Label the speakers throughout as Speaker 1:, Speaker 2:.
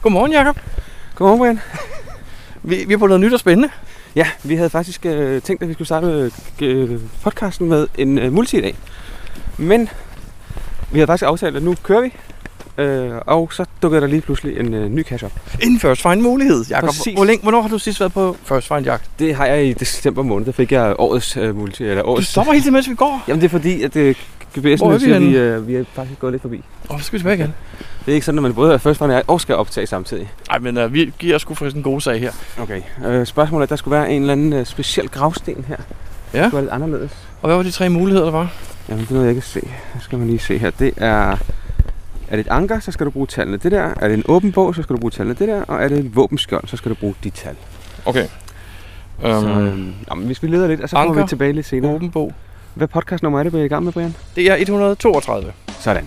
Speaker 1: Godmorgen, Jacob.
Speaker 2: Godmorgen, Brian.
Speaker 1: Vi, vi er på noget nyt og spændende.
Speaker 2: Ja, vi havde faktisk øh, tænkt, at vi skulle starte øh, podcasten med en øh, multi i dag. Men vi havde faktisk aftalt, at nu kører vi. Øh, og så dukkede der lige pludselig en øh, ny cash op.
Speaker 1: En first find mulighed, Jacob.
Speaker 2: Præcis.
Speaker 1: Hvor længe, hvornår har du sidst været på first find jagt?
Speaker 2: Det har jeg i december måned. Der fik jeg årets øh, multi. Eller
Speaker 1: Du
Speaker 2: årets...
Speaker 1: stopper hele tiden, mens vi går.
Speaker 2: Jamen det er fordi, at øh,
Speaker 1: Hvor er
Speaker 2: GPS'en
Speaker 1: vi
Speaker 2: siger, at vi,
Speaker 1: henne?
Speaker 2: øh, vi er faktisk gået lidt forbi.
Speaker 1: Åh, så skal vi tilbage igen.
Speaker 2: Det er ikke sådan, at man både er først og og skal optage samtidig.
Speaker 1: Nej, men uh, vi giver sgu faktisk en god sag her.
Speaker 2: Okay. Øh, spørgsmålet er, at der skulle være en eller anden øh, speciel gravsten her.
Speaker 1: Ja.
Speaker 2: Det skulle være lidt anderledes.
Speaker 1: Og hvad var de tre muligheder, der var?
Speaker 2: Jamen, det er noget, jeg kan se. Nu skal man lige se her. Det er... Er det et anker, så skal du bruge tallene det der. Er det en åben bog, så skal du bruge tallene det der. Og er det et våbenskjold, så skal du bruge de tal.
Speaker 1: Okay.
Speaker 2: Så,
Speaker 1: Øhm,
Speaker 2: øhm, jamen, hvis vi leder lidt, og så kommer
Speaker 1: anker.
Speaker 2: vi tilbage lidt senere.
Speaker 1: åben bog.
Speaker 2: Hvad podcastnummer er det, vi er i gang med, Brian?
Speaker 1: Det er 132.
Speaker 2: Sådan.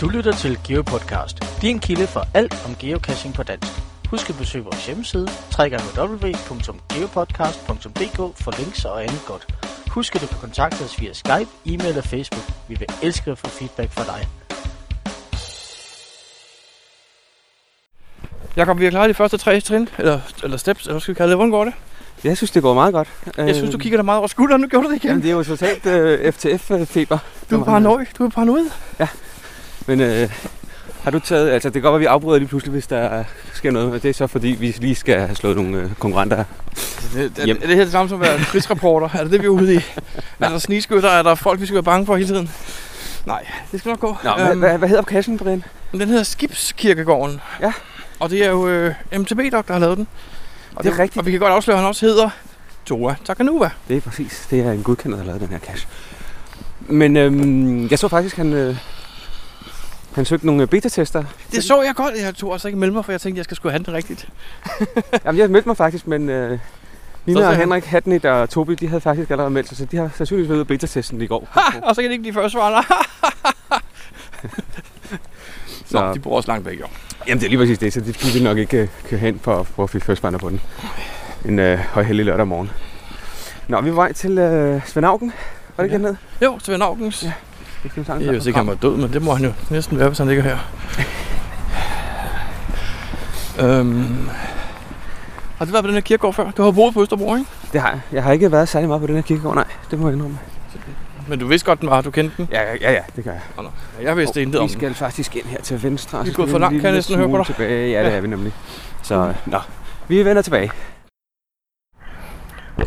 Speaker 3: Du lytter til GeoPodcast, din kilde for alt om geocaching på dansk. Husk at besøge vores hjemmeside, www.geopodcast.dk for links og andet godt. Husk at du kan kontakte os via Skype, e-mail og Facebook. Vi vil elske at få feedback fra dig.
Speaker 1: Jakob, vi har klaret de første tre trin, eller, eller steps, eller hvad skal vi kalde det? Hvordan går det?
Speaker 2: Jeg synes, det går meget godt. Øhm,
Speaker 1: Jeg synes, du kigger dig meget over skulderen. Nu gjorde du det igen.
Speaker 2: Jamen, det er jo totalt øh, FTF-feber.
Speaker 1: du er paranoid. Du er paranoid.
Speaker 2: Men øh, har du taget... Altså, det kan godt være, vi afbryder lige pludselig, hvis der øh, sker noget. Og det er så, fordi vi lige skal have slået nogle øh, konkurrenter.
Speaker 1: Det, er,
Speaker 2: Hjem.
Speaker 1: er det her det samme som at være krigsreporter? er det det, vi er ude i? er der snigskytter? Er der folk, vi skal være bange for hele tiden? Nej, det skal nok gå.
Speaker 2: Nå, øhm. hvad, hvad hedder kassen, Brian?
Speaker 1: Men Den hedder Skibskirkegården.
Speaker 2: Ja.
Speaker 1: Og det er jo øh, MTB Dok, der har lavet den. Og
Speaker 2: Det er rigtigt.
Speaker 1: Og vi kan godt afsløre, at han også hedder Tora Takanuva.
Speaker 2: Det er præcis. Det er en godkendt, der har lavet den her cache. Men øhm, jeg så faktisk, han, øh, han søgte nogle øh, beta-tester.
Speaker 1: Det så jeg godt. Jeg tog altså ikke melde mig, for jeg tænkte, jeg skal skulle have den rigtigt.
Speaker 2: Jamen, jeg mødte mig faktisk, men øh,
Speaker 1: Så
Speaker 2: Nina
Speaker 1: ser
Speaker 2: og
Speaker 1: han.
Speaker 2: Henrik Hatnit og Tobi, de havde faktisk allerede meldt sig, så de har sandsynligvis været ude at beta-testen i går.
Speaker 1: Ha! Og så kan de ikke blive først svarende.
Speaker 2: Så-
Speaker 1: Nå, de bor også langt væk, jo.
Speaker 2: Jamen, det er lige præcis det, så de skulle nok ikke øh, køre hen for at prøve at finde førstbander på den. En øh, højhellig lørdag morgen. Nå, vi er på vej til øh, Svend Auken. Var det ikke
Speaker 1: Ja.
Speaker 2: ja. hernede?
Speaker 1: Jo, Svend Augens.
Speaker 2: Ja. Det skal vi sagtens
Speaker 1: Jeg
Speaker 2: nok
Speaker 1: ved ikke,
Speaker 2: komme.
Speaker 1: han var død, men det må han jo næsten være, hvis han ligger her. øhm. Har du været på den her kirkegård før? Du har boet på Østerbro, ikke?
Speaker 2: Det har jeg. Jeg har ikke været særlig meget på den her kirkegård, nej. Det må jeg indrømme.
Speaker 1: Men du vidste godt, den var. Du kendte den.
Speaker 2: Ja, ja, ja, ja, det gør jeg.
Speaker 1: Jeg vidste intet om
Speaker 2: Vi
Speaker 1: den.
Speaker 2: skal faktisk ind her til venstre. og
Speaker 1: Vi er
Speaker 2: så
Speaker 1: gået
Speaker 2: skal
Speaker 1: for langt,
Speaker 2: en
Speaker 1: kan jeg
Speaker 2: lille
Speaker 1: næsten høre på
Speaker 2: smule
Speaker 1: dig.
Speaker 2: Tilbage. Ja, Mm. det er vi nemlig. Så, nå. Vi vender tilbage.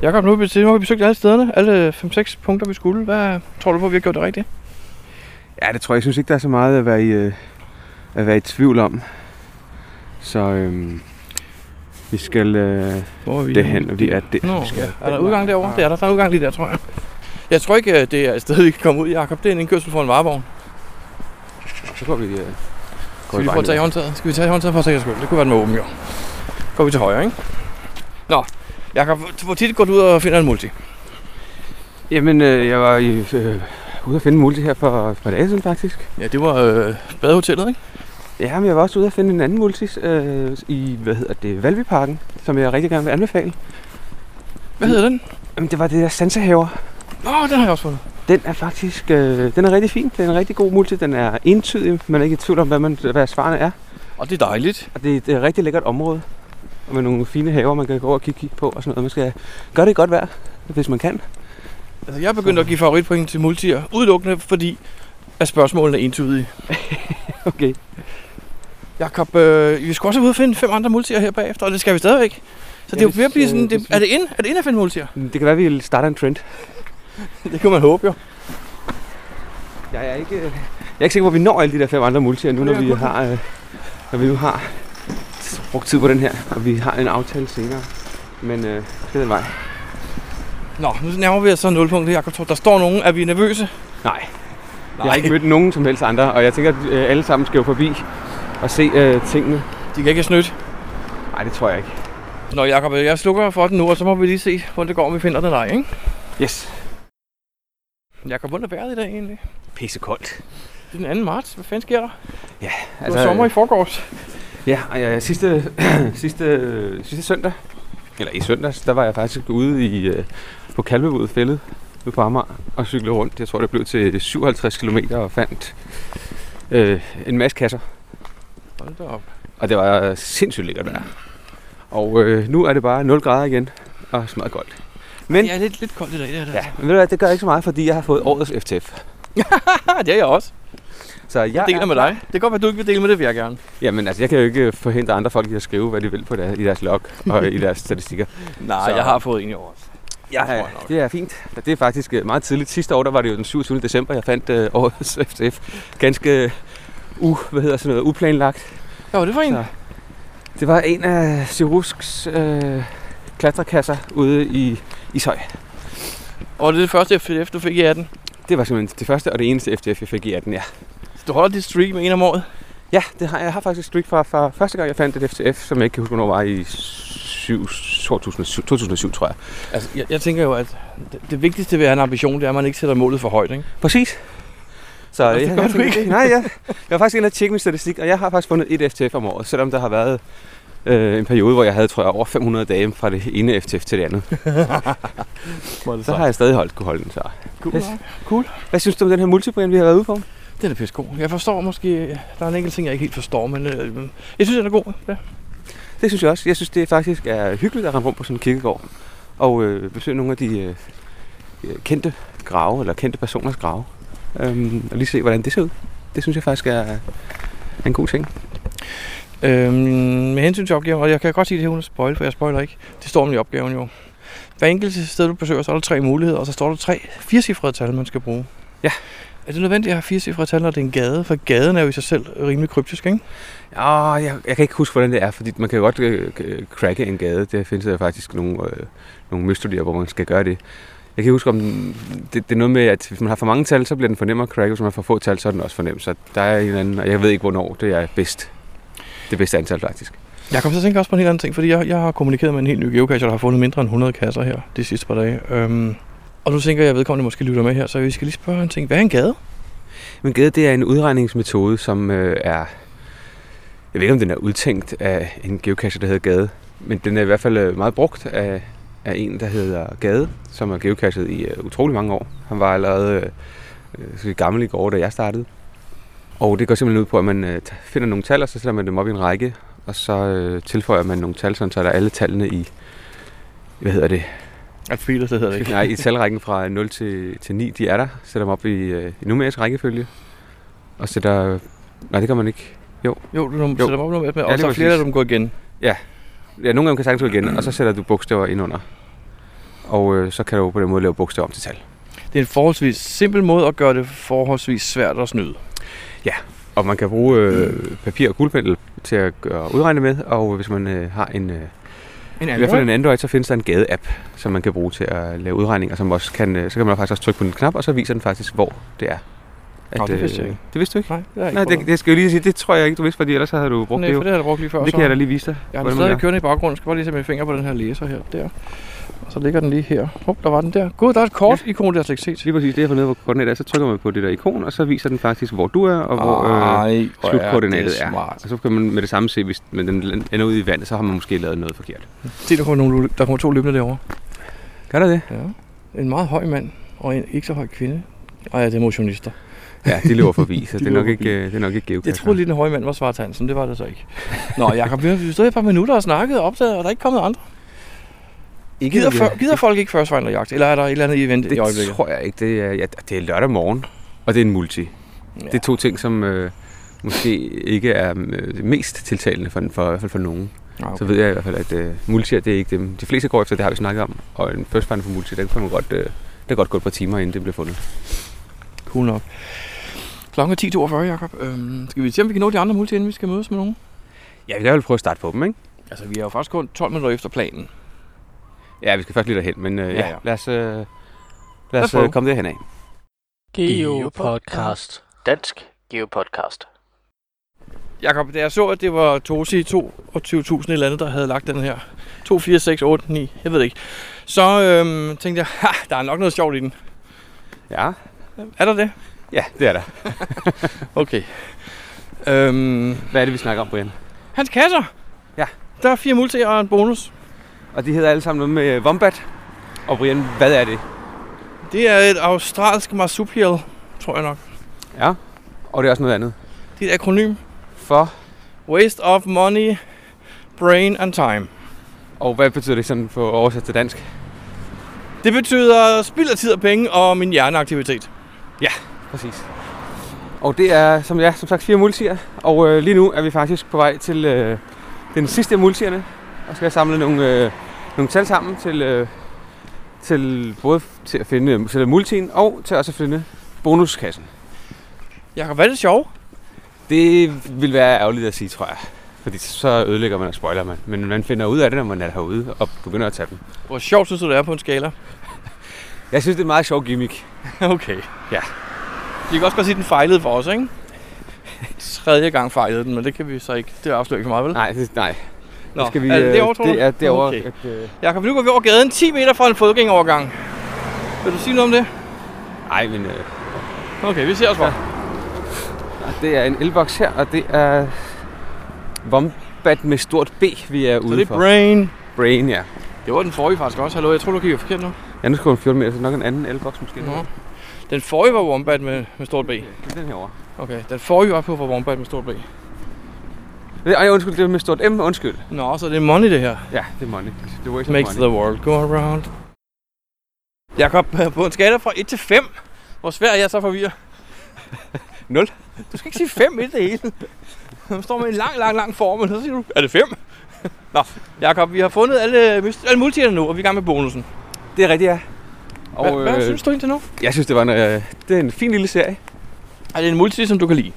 Speaker 1: Jakob, nu, har vi- nu har vi besøgt alle stederne, alle 5-6 punkter, vi skulle. Hvad tror du på, vi har gjort det rigtigt?
Speaker 2: Ja, det tror jeg. Jeg synes ikke, der er så meget at være i, øh, at være i tvivl om. Så øhm, vi skal øh,
Speaker 1: Hvor er vi?
Speaker 2: derhen, og vi er der.
Speaker 1: Nå,
Speaker 2: vi skal.
Speaker 1: er der udgang derovre? Det er der. Der er udgang lige der, tror jeg. Jeg tror ikke, øh, det er et sted, vi kan komme ud, Jakob. Det er en indkørsel for en varevogn.
Speaker 2: Så går vi... Øh, går
Speaker 1: Skal vi prøve at tage i håndtaget? Skal vi tage i håndtaget for sikkerheds skyld? Det kunne være den var åben, jo. Går vi til højre, ikke? Nå, Jakob, hvor- hvor tit går du ud og finder en multi?
Speaker 2: Jamen, øh, jeg var i, øh, ude at finde en multi her for et par dage siden, faktisk.
Speaker 1: Ja, det var øh, badehotellet, ikke?
Speaker 2: Ja, men jeg var også ude at finde en anden multi øh, i, hvad hedder det, Valbyparken, som jeg rigtig gerne vil anbefale.
Speaker 1: Hvad hedder den?
Speaker 2: Jamen, det var det der sansehaver.
Speaker 1: Åh, oh, den har jeg også fundet.
Speaker 2: Den er faktisk øh, den er rigtig fin. Den er en rigtig god multi. Den er entydig. Man er ikke i tvivl om, hvad, man, hvad svarene er.
Speaker 1: Og det er dejligt.
Speaker 2: Og det, er- det er et rigtig lækkert område. Og med nogle fine haver, man kan gå over og kigge på og sådan noget. Man skal gøre det i godt vejr, hvis man kan.
Speaker 1: Altså, jeg er begyndt at give favoritpoint til multier, udelukkende fordi, at spørgsmålene er entydige.
Speaker 2: Okay.
Speaker 1: Jakob, øh, vi skulle også ud og finde fem andre multier her bagefter, og det skal vi stadigvæk. Så det er jo
Speaker 2: Ja,
Speaker 1: ved at blive
Speaker 2: hvis,
Speaker 1: sådan,
Speaker 2: øh,
Speaker 1: det,
Speaker 2: hvis vi-
Speaker 1: er det ind? Er det ind at finde multier?
Speaker 2: Det kan være, at vi starter en trend.
Speaker 1: Det kan man håbe jo.
Speaker 2: Jeg er ikke, øh, jeg er ikke sikker på, at vi når alle de der fem andre multier nu,
Speaker 1: Det
Speaker 2: når
Speaker 1: er
Speaker 2: vi,
Speaker 1: godt.
Speaker 2: har, øh, når vi nu har brugt tid på den her. Og vi har en aftale senere. Men øh, det er den vej.
Speaker 1: Nå, nu nærmer vi os så nulpunktet, Jakob Thor. Der står nogen. Er vi nervøse?
Speaker 2: Nej. Jeg har ikke mødt nogen som helst andre, og jeg tænker, at øh, alle sammen skal jo forbi og se øh, tingene.
Speaker 1: de kan ikke snydt.
Speaker 2: Nej, det tror jeg ikke.
Speaker 1: Nå, Jakob, jeg slukker for den nu, og så må vi lige se, hvordan det går, om vi finder den ej, ikke?
Speaker 2: Yes.
Speaker 1: Jakob, hvordan er vejret i dag egentlig?
Speaker 2: Pissekoldt.
Speaker 1: Det er den 2. marts. Hvad fanden sker der? Det var
Speaker 2: Altså,
Speaker 1: sommer i forgårs.
Speaker 2: Ja, og jeg, sidste, sidste, sidste søndag, eller i søndags, der var jeg faktisk ude i, øh, på Kalvevodet Fællet ude på Amager og cyklede rundt. Jeg tror, det blev til 57 km og fandt øh, en masse kasser.
Speaker 1: Hold da op.
Speaker 2: Og det var sindssygt lækkert vejr. Og øh, nu er det bare 0 grader igen og smadret koldt. Men
Speaker 1: Det er lidt, lidt koldt i dag, det her.
Speaker 2: ja, men ved du hvad, det gør ikke så meget, fordi jeg har fået årets FTF.
Speaker 1: Ja, det er jeg også.
Speaker 2: Så jeg
Speaker 1: Jeg deler
Speaker 2: er-
Speaker 1: med dig. Det kan godt være, du ikke vil dele med det, vil jeg gerne.
Speaker 2: Jamen altså, jeg kan jo ikke forhindre andre folk i at skrive, hvad de vil på der, i deres log og i deres statistikker.
Speaker 1: Nej,
Speaker 2: Så-
Speaker 1: jeg har fået en i år.
Speaker 2: Ja,
Speaker 1: tror jeg nok.
Speaker 2: det er fint. Og Det er faktisk øh, meget tidligt. Sidste år, der var det jo den 27. december, jeg fandt øh, årets FTF. Ganske øh, u, hvad hedder sådan noget, uplanlagt.
Speaker 1: Ja, det var en.
Speaker 2: Så- Det var en af Sirusks øh, klatrekasser ude i Ishøj.
Speaker 1: Og det er det første FTF, du fik i 18.
Speaker 2: Det var simpelthen det første og det eneste FTF, jeg fik i 18, ja.
Speaker 1: Så du holder dit streak med en om året.
Speaker 2: Ja, det har, jeg har faktisk et streak fra, fra første gang, jeg fandt et FTF, som jeg ikke kan huske, hvornår var i syv- 2007, 2007, tror jeg.
Speaker 1: Altså, jeg, jeg tænker jo, at det, det vigtigste ved at have en ambition, det er, at man ikke sætter målet for højt, ikke?
Speaker 2: Præcis. Så
Speaker 1: det
Speaker 2: jeg,
Speaker 1: gør
Speaker 2: jeg
Speaker 1: du
Speaker 2: tænker,
Speaker 1: ikke.
Speaker 2: det- Nej, jeg, jeg var faktisk inde og tjekke min statistik, og jeg har faktisk fundet et FTF om året, selvom der har været øh, en periode, hvor jeg havde, tror jeg, over 500 dage fra det ene FTF til det andet. Så har jeg stadig holdt, kunne holde den så.
Speaker 1: Cool.
Speaker 2: Yes.
Speaker 1: nok.
Speaker 2: Hvad synes du om den her multibrand, vi har været ude på?
Speaker 1: Det er da pisse god. Jeg forstår måske, der er en enkelt ting, jeg ikke helt forstår, men øh, jeg synes, den er god. Ja.
Speaker 2: Det synes jeg også. Jeg synes, det faktisk er hyggeligt at rende rundt på sådan en kirkegård og øh, besøge nogle af de øh, øh, kendte grave, eller kendte personers grave. Øhm, og lige se, hvordan det ser ud. Det synes jeg faktisk er, er en god ting.
Speaker 1: Øhm, med hensyn til opgaven, og jeg kan godt sige det her uden at spoil, for jeg spoiler ikke. Det står om i opgaven jo. Hver enkelt sted, du besøger, så er der tre muligheder, og så står der tre firecifrede tal, man skal bruge.
Speaker 2: Ja.
Speaker 1: Er det nødvendigt at have firecifrede tal, når det er en gade? For gaden er jo i sig selv rimelig kryptisk, ikke?
Speaker 2: Ja, jeg, jeg kan ikke huske, hvordan det er, fordi man kan jo godt øh, øh, cracke en gade. Der findes der faktisk nogle, øh, nogle mysterier, hvor man skal gøre det. Jeg kan ikke huske, om den- det, det er noget med, at hvis man har for mange tal, så bliver den for nem at cracke. Hvis man har for få tal, så er den også for nem. Så der er en eller anden, og jeg ved ikke, hvornår det er bedst. Det bedste antal, faktisk.
Speaker 1: Jeg kom til at tænke også på en helt anden ting, fordi jeg, jeg har kommunikeret med en helt ny geocacher, der har fundet mindre end 100 kasser her de sidste par dage. Øhm, og nu tænker jeg, at vedkommende måske lytter med her, så vi skal lige spørge en ting. Hvad er en gade?
Speaker 2: Men gade, det er en udregningsmetode, som øh, er... Jeg ved ikke, om den er udtænkt af en geocacher, der hedder Gade. Men den er i hvert fald øh, meget brugt af, af en, der hedder Gade, som er geocachet i øh, utrolig mange år. Han var allerede øh, øh, så gammel i går, da jeg startede. Og det går simpelthen ud på, at man øh, t- finder nogle tal, og så sætter man dem op i en række. Og så øh, tilføjer man nogle tal, sådan, så er der alle tallene i... Hvad hedder det?
Speaker 1: Alfabetet, det hedder det ikke.
Speaker 2: Nej, i talrækken fra 0 til, til 9, de er der. Sætter dem op i, øh, i numerisk rækkefølge. Og sætter... Nej, det gør man ikke.
Speaker 1: Jo, du jo. sætter dem op nu med, og
Speaker 2: lige
Speaker 1: så er
Speaker 2: præcis.
Speaker 1: flere af dem går igen.
Speaker 2: Ja, nogle gange kan sagtens gå igen, og så sætter du bogstaver ind under. Og øh, så kan du på den måde lave bogstaver om til tal.
Speaker 1: Det er en forholdsvis simpel måde at gøre det forholdsvis svært at snyde.
Speaker 2: Og man kan bruge øh, papir og kuglependel til at gøre, udregne med, og hvis man øh, har en, øh,
Speaker 1: En
Speaker 2: i hvert fald en Android, så findes der en gade-app, som man kan bruge til at lave udregninger, som også kan, øh, så kan man faktisk også trykke på en knap, og så viser den faktisk, hvor det er.
Speaker 1: Nå, det vidste jeg
Speaker 2: øh,
Speaker 1: ikke.
Speaker 2: Det vidste du ikke?
Speaker 1: Nej, det har jeg
Speaker 2: Nej,
Speaker 1: ikke
Speaker 2: det, det skal jeg lige sige, det tror jeg ikke, du vidste, fordi ellers så havde du brugt
Speaker 1: Nej,
Speaker 2: det jo.
Speaker 1: for det har jeg brugt lige før.
Speaker 2: Det
Speaker 1: så.
Speaker 2: kan jeg da lige vise dig.
Speaker 1: Jeg har den
Speaker 2: hvordan
Speaker 1: stadig
Speaker 2: man gør.
Speaker 1: kørende i baggrunden. Skal bare lige sætte min finger på den her læser her. Der. Og så ligger den lige her. Hop, der var den der. Gud, der er et kort ikon, der har jeg slet ikke set.
Speaker 2: Lige præcis det, jeg har fundet, hvor koordinater er, så trykker man på det der ikon, og så viser den faktisk, hvor du er, og hvor øh,
Speaker 1: hvor
Speaker 2: slutkoordinatet er.
Speaker 1: smart.
Speaker 2: Og så kan man med det samme se, hvis men den ender ud i vandet, så har man måske lavet noget forkert.
Speaker 1: Se, der kommer, nogle, der kommer to løbende derovre.
Speaker 2: Gør der det?
Speaker 1: Ja. En meget høj mand og en ikke så høj kvinde. Ej, ja, det er motionister.
Speaker 2: Ja, de løber forbi, så
Speaker 1: De
Speaker 2: det er nok
Speaker 1: løber
Speaker 2: ikke, øh, det er nok ikke
Speaker 1: Jeg
Speaker 2: geocacher.
Speaker 1: troede lige, den høje mand var Svart Hansen. Det var det så ikke. Nå, Jacob, vi har vi stået i et par minutter og snakket og opdaget, og der er ikke kommet andre.
Speaker 2: Ikke,
Speaker 1: Gider,
Speaker 2: at
Speaker 1: for,
Speaker 2: jeg-
Speaker 1: gider folk ikke først finder jagt? Eller er der et eller andet i vente i
Speaker 2: Det
Speaker 1: øjeblikket?
Speaker 2: tror jeg ikke. Det er, ja, det er lørdag morgen, og det er en multi.
Speaker 1: Ja.
Speaker 2: Det er to ting, som øh, måske ikke er øh, det mest tiltalende for, for, i hvert fald for nogen.
Speaker 1: Ah,
Speaker 2: Så ved jeg i hvert fald, at øh, multier, det er ikke dem. De fleste går efter, det har vi snakket om. Og en first find for multier, den kan man godt, øh, det kan godt gå et par timer, inden det bliver fundet.
Speaker 1: Cool nok. Klokken er 10.42, Jacob. Øhm, skal vi se, om vi kan nå de andre multi, inden vi skal mødes med nogen?
Speaker 2: Ja, vi kan vel prøve at starte på dem, ikke?
Speaker 1: Altså, vi er jo faktisk kun 12 minutter efter planen.
Speaker 2: Ja, vi skal først lige derhen, men øh,
Speaker 1: Ja,
Speaker 2: ja,
Speaker 1: ja.
Speaker 2: ja. lad os, øh, lad
Speaker 1: Lad os
Speaker 2: os øh,
Speaker 1: prøve.
Speaker 2: komme derhen af.
Speaker 3: Geopodcast. Dansk Geopodcast.
Speaker 1: Jakob, da jeg så, at det var Tosi 22.000 et eller andet, der havde lagt den her 2, 4, 6, 8, 9, jeg ved det ikke, så øhm, tænkte jeg, ha, der er nok noget sjovt i den.
Speaker 2: Ja,
Speaker 1: Er der det?
Speaker 2: ja, det er der.
Speaker 1: Okay. Øhm,
Speaker 2: Hvad er det, vi snakker om, Brian?
Speaker 1: Hans kasser!
Speaker 2: Ja.
Speaker 1: Der er fire multi og en bonus.
Speaker 2: Og de hedder alle sammen noget med øh, Wombat. Og Brian, hvad er det?
Speaker 1: Det er et australsk marsupial, tror jeg nok.
Speaker 2: Ja. Og det er også noget andet.
Speaker 1: Det er et akronym.
Speaker 2: For,
Speaker 1: Waste of money, brain and time.
Speaker 2: og hvad betyder det sådan på oversat til dansk?
Speaker 1: Det betyder spild af tid og penge og min hjerneaktivitet.
Speaker 2: Præcis. Og det er, som ja, som sagt, fire multier. Og øh, lige nu er vi faktisk på vej til øh, den sidste af multierne. Og skal have samlet nogle, øh, nogle tal sammen til, øh, til både f- til at finde øh, selve multien og til også at finde bonuskassen.
Speaker 1: Jakob, hvad er det sjovt?
Speaker 2: Det vil være ærgerligt at sige, tror jeg. Fordi så ødelægger man og spoiler man. Men man finder ud af det, når man er herude og begynder at tage dem.
Speaker 1: Hvor sjovt synes du, det er på en skala?
Speaker 2: Jeg synes, det er en meget sjov gimmick.
Speaker 1: okay.
Speaker 2: Ja.
Speaker 1: Vi kan også godt sige, at den fejlede for os, ikke? Tredje gang fejlede den, men det kan vi så ikke. Det afslører ikke for meget, vel?
Speaker 2: Nej, det, nej.
Speaker 1: Mm. Nå,
Speaker 2: skal vi,
Speaker 1: er det
Speaker 2: øh,
Speaker 1: derovre, tror du?
Speaker 2: det er derovre.
Speaker 1: Okay.
Speaker 2: At, øh,
Speaker 1: Jakob, nu går vi over gaden 10 meter fra en fodgængerovergang. Vil du sige noget om det?
Speaker 2: nej, men øh,
Speaker 1: Okay, vi ser os bare.
Speaker 2: Og det er en elboks her, og det er Wombat med stort B, vi er
Speaker 1: Så
Speaker 2: ude
Speaker 1: det er
Speaker 2: for.
Speaker 1: brain.
Speaker 2: Brain, ja.
Speaker 1: Det var den forrige faktisk også. Hallo, jeg tror, du kigger forkert nu.
Speaker 2: Ja, nu skal hun 14 meter, så nok en anden elboks måske.
Speaker 1: Nå. Den forrige var Wombat med, med stort B.
Speaker 2: Det er den herovre.
Speaker 1: Okay, den forrige var på for Wombat med stort B.
Speaker 2: Det- Ej, undskyld, det er med stort M, undskyld.
Speaker 1: Nå, så det er money det her.
Speaker 2: Ja, det er money. Det var ikke
Speaker 1: Makes
Speaker 2: money.
Speaker 1: the world go around. Jakob, øh, på en skala fra 1 til 5, hvor svær er jeg så forvirret?
Speaker 2: Nul.
Speaker 1: Du skal ikke sige 5 i det hele. Du står med en lang, lang, lang formel, så siger du, er det 5? Nå, Jakob, vi har fundet alle, myst- alle multierne nu, og vi er i gang med bonusen. øh,
Speaker 2: Det er rigtigt, ja. Og øh,
Speaker 1: Hvad, hvad synes du indtil nu?
Speaker 2: jeg synes, det var en, øh, det er en fin lille serie.
Speaker 1: Er det en multi, som du kan lide?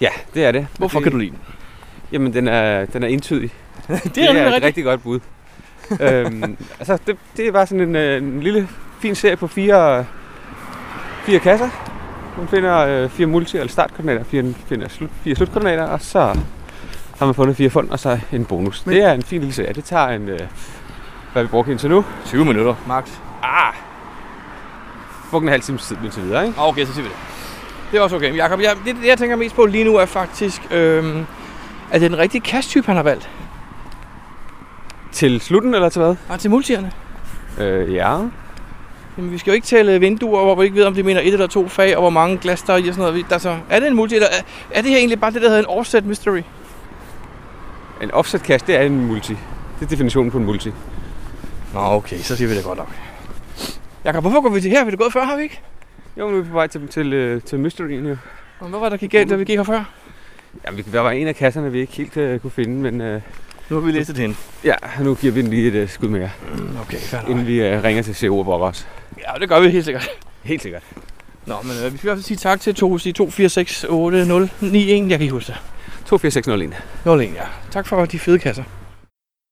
Speaker 2: Ja, det er det.
Speaker 1: Hvorfor
Speaker 2: det,
Speaker 1: kan du lide den?
Speaker 2: Jamen, den er, den er entydig.
Speaker 1: Det er,
Speaker 2: et
Speaker 1: det rigtigt.
Speaker 2: rigtig godt bud. øhm, altså, det, det var sådan en, øh, en lille fin serie på fire, fire kasser. Man finder øh, fire multi- eller startkoordinater, fire, finder slut, fire slutkoordinater, og så har man fundet fire fund, og så en bonus. Men. Det er en fin lille serie. Det tager en, øh, hvad vi brugt indtil nu,
Speaker 1: 20 minutter. Max.
Speaker 2: ah, fucking en halv times tid indtil videre, ikke?
Speaker 1: Ah, Okay, så siger vi det. Det er også okay. Men Jakob, jeg, det, det, jeg tænker mest på lige nu, er faktisk, øhm, at det er den rigtige kasttype, han har valgt.
Speaker 2: Til slutten, eller til hvad?
Speaker 1: Og til multierne.
Speaker 2: Øh, ja.
Speaker 1: Jamen, vi skal jo ikke tælle vinduer, hvor vi ikke ved, om det mener et eller to fag, og hvor mange glas der er i og sådan noget. Vi- Der er, så, er det en multi, eller er, er det her egentlig bare det, der hedder en offset mystery?
Speaker 2: En offset-kast, det er en multi. Det er definitionen på en multi.
Speaker 1: Nå, okay, så siger vi det godt nok. Jakob, hvorfor går vi til her? Vi er gået før, har vi ikke?
Speaker 2: Jo, nu er vi på vej til, til, øh, til mysteryen, jo.
Speaker 1: Og hvad var der gik galt, da vi gik her før?
Speaker 2: Jamen, vi- der var en af kasserne, vi ikke helt øh, kunne finde, men øh,
Speaker 1: Nu har vi læst det hende.
Speaker 2: ja, nu giver vi den lige et øh, skud mere,
Speaker 1: Okay, fair nok.
Speaker 2: inden vi øh, ringer til CO og brokker os.
Speaker 1: Ja, det gør vi helt sikkert.
Speaker 2: Helt sikkert.
Speaker 1: Nå, men øh, vi skal i hvert fald sige tak til 2, 2, 4, 6, 8, 0, 9, 1. Jeg kan ikke huske det.
Speaker 2: 24601.
Speaker 1: 0, 1, ja. Tak for de fede kasser.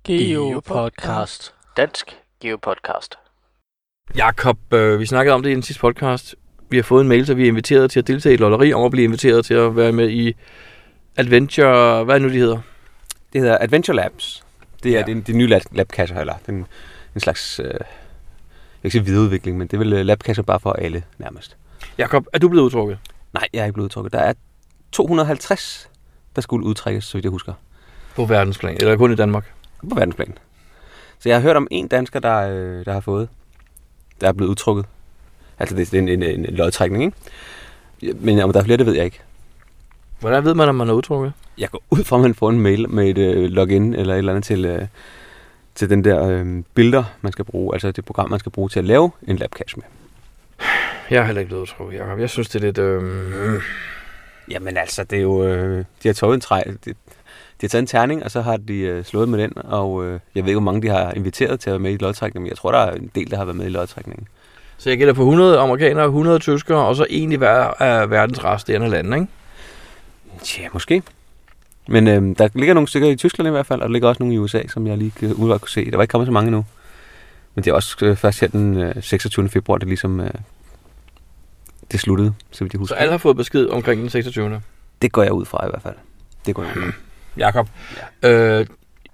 Speaker 3: Geo Podcast. Dansk Geo Podcast.
Speaker 1: Jakob, øh, vi snakkede om det i den sidste podcast. Vi har fået en mail, så vi er inviteret til at deltage i et lotteri, og at blive inviteret til at være med i Adventure... Hvad er det nu, de hedder?
Speaker 2: Det hedder Adventure Labs. Det er
Speaker 1: Ja.
Speaker 2: ja. den, de nye lab- labkasser, eller den, en slags, øh, jeg kan ikke sige videreudvikling, men det er vel øh, labkasser bare for alle nærmest.
Speaker 1: Jakob, er du blevet udtrukket?
Speaker 2: Nej, jeg er ikke blevet udtrukket. Der er 250, der skulle udtrækkes, så vidt jeg husker,
Speaker 1: På verdensplan, eller kun i Danmark?
Speaker 2: på verdensplan. Så jeg har hørt om en dansker, der, øh, der har fået, der er blevet udtrukket. Altså, det er en, en, en lodtrækning, ikke? Ja, Men om der er flere, det ved jeg ikke.
Speaker 1: Hvordan ved man, om man er udtrukket?
Speaker 2: Jeg går ud fra, at man får en mail med et øh, login eller et eller andet til, øh, til den der øh, billeder, man skal bruge, altså det program, man skal bruge til at lave en labcache med.
Speaker 1: Jeg er heller ikke blevet udtrukket, Jakob. Jeg synes, det er lidt... Øh...
Speaker 2: Jamen altså, det er jo... Øh, de har taget en træ, de, de har taget en terning, og så har de øh, slået med den, og øh, jeg ved ikke, hvor mange de har inviteret til at være med i lodtrækningen, men jeg tror, der er en del, der har været med i lodtrækningen.
Speaker 1: Så jeg gælder på 100 amerikanere, 100 tyskere, og så egentlig hver af verdens resterende lande, ikke?
Speaker 2: Ja, måske. Men øh, der ligger nogle stykker i Tyskland i hvert fald, og der ligger også nogle i USA, som jeg lige øh, umiddelbart kunne se. Der var ikke kommet så mange endnu. Men det er også øh, først her den øh, 26. februar, det ligesom øh, det sluttede, så vidt jeg
Speaker 1: Så
Speaker 2: husker.
Speaker 1: alle har fået besked omkring den 26.
Speaker 2: Det går jeg ud fra i hvert fald. Det går jeg ud fra.
Speaker 1: Jakob, øh,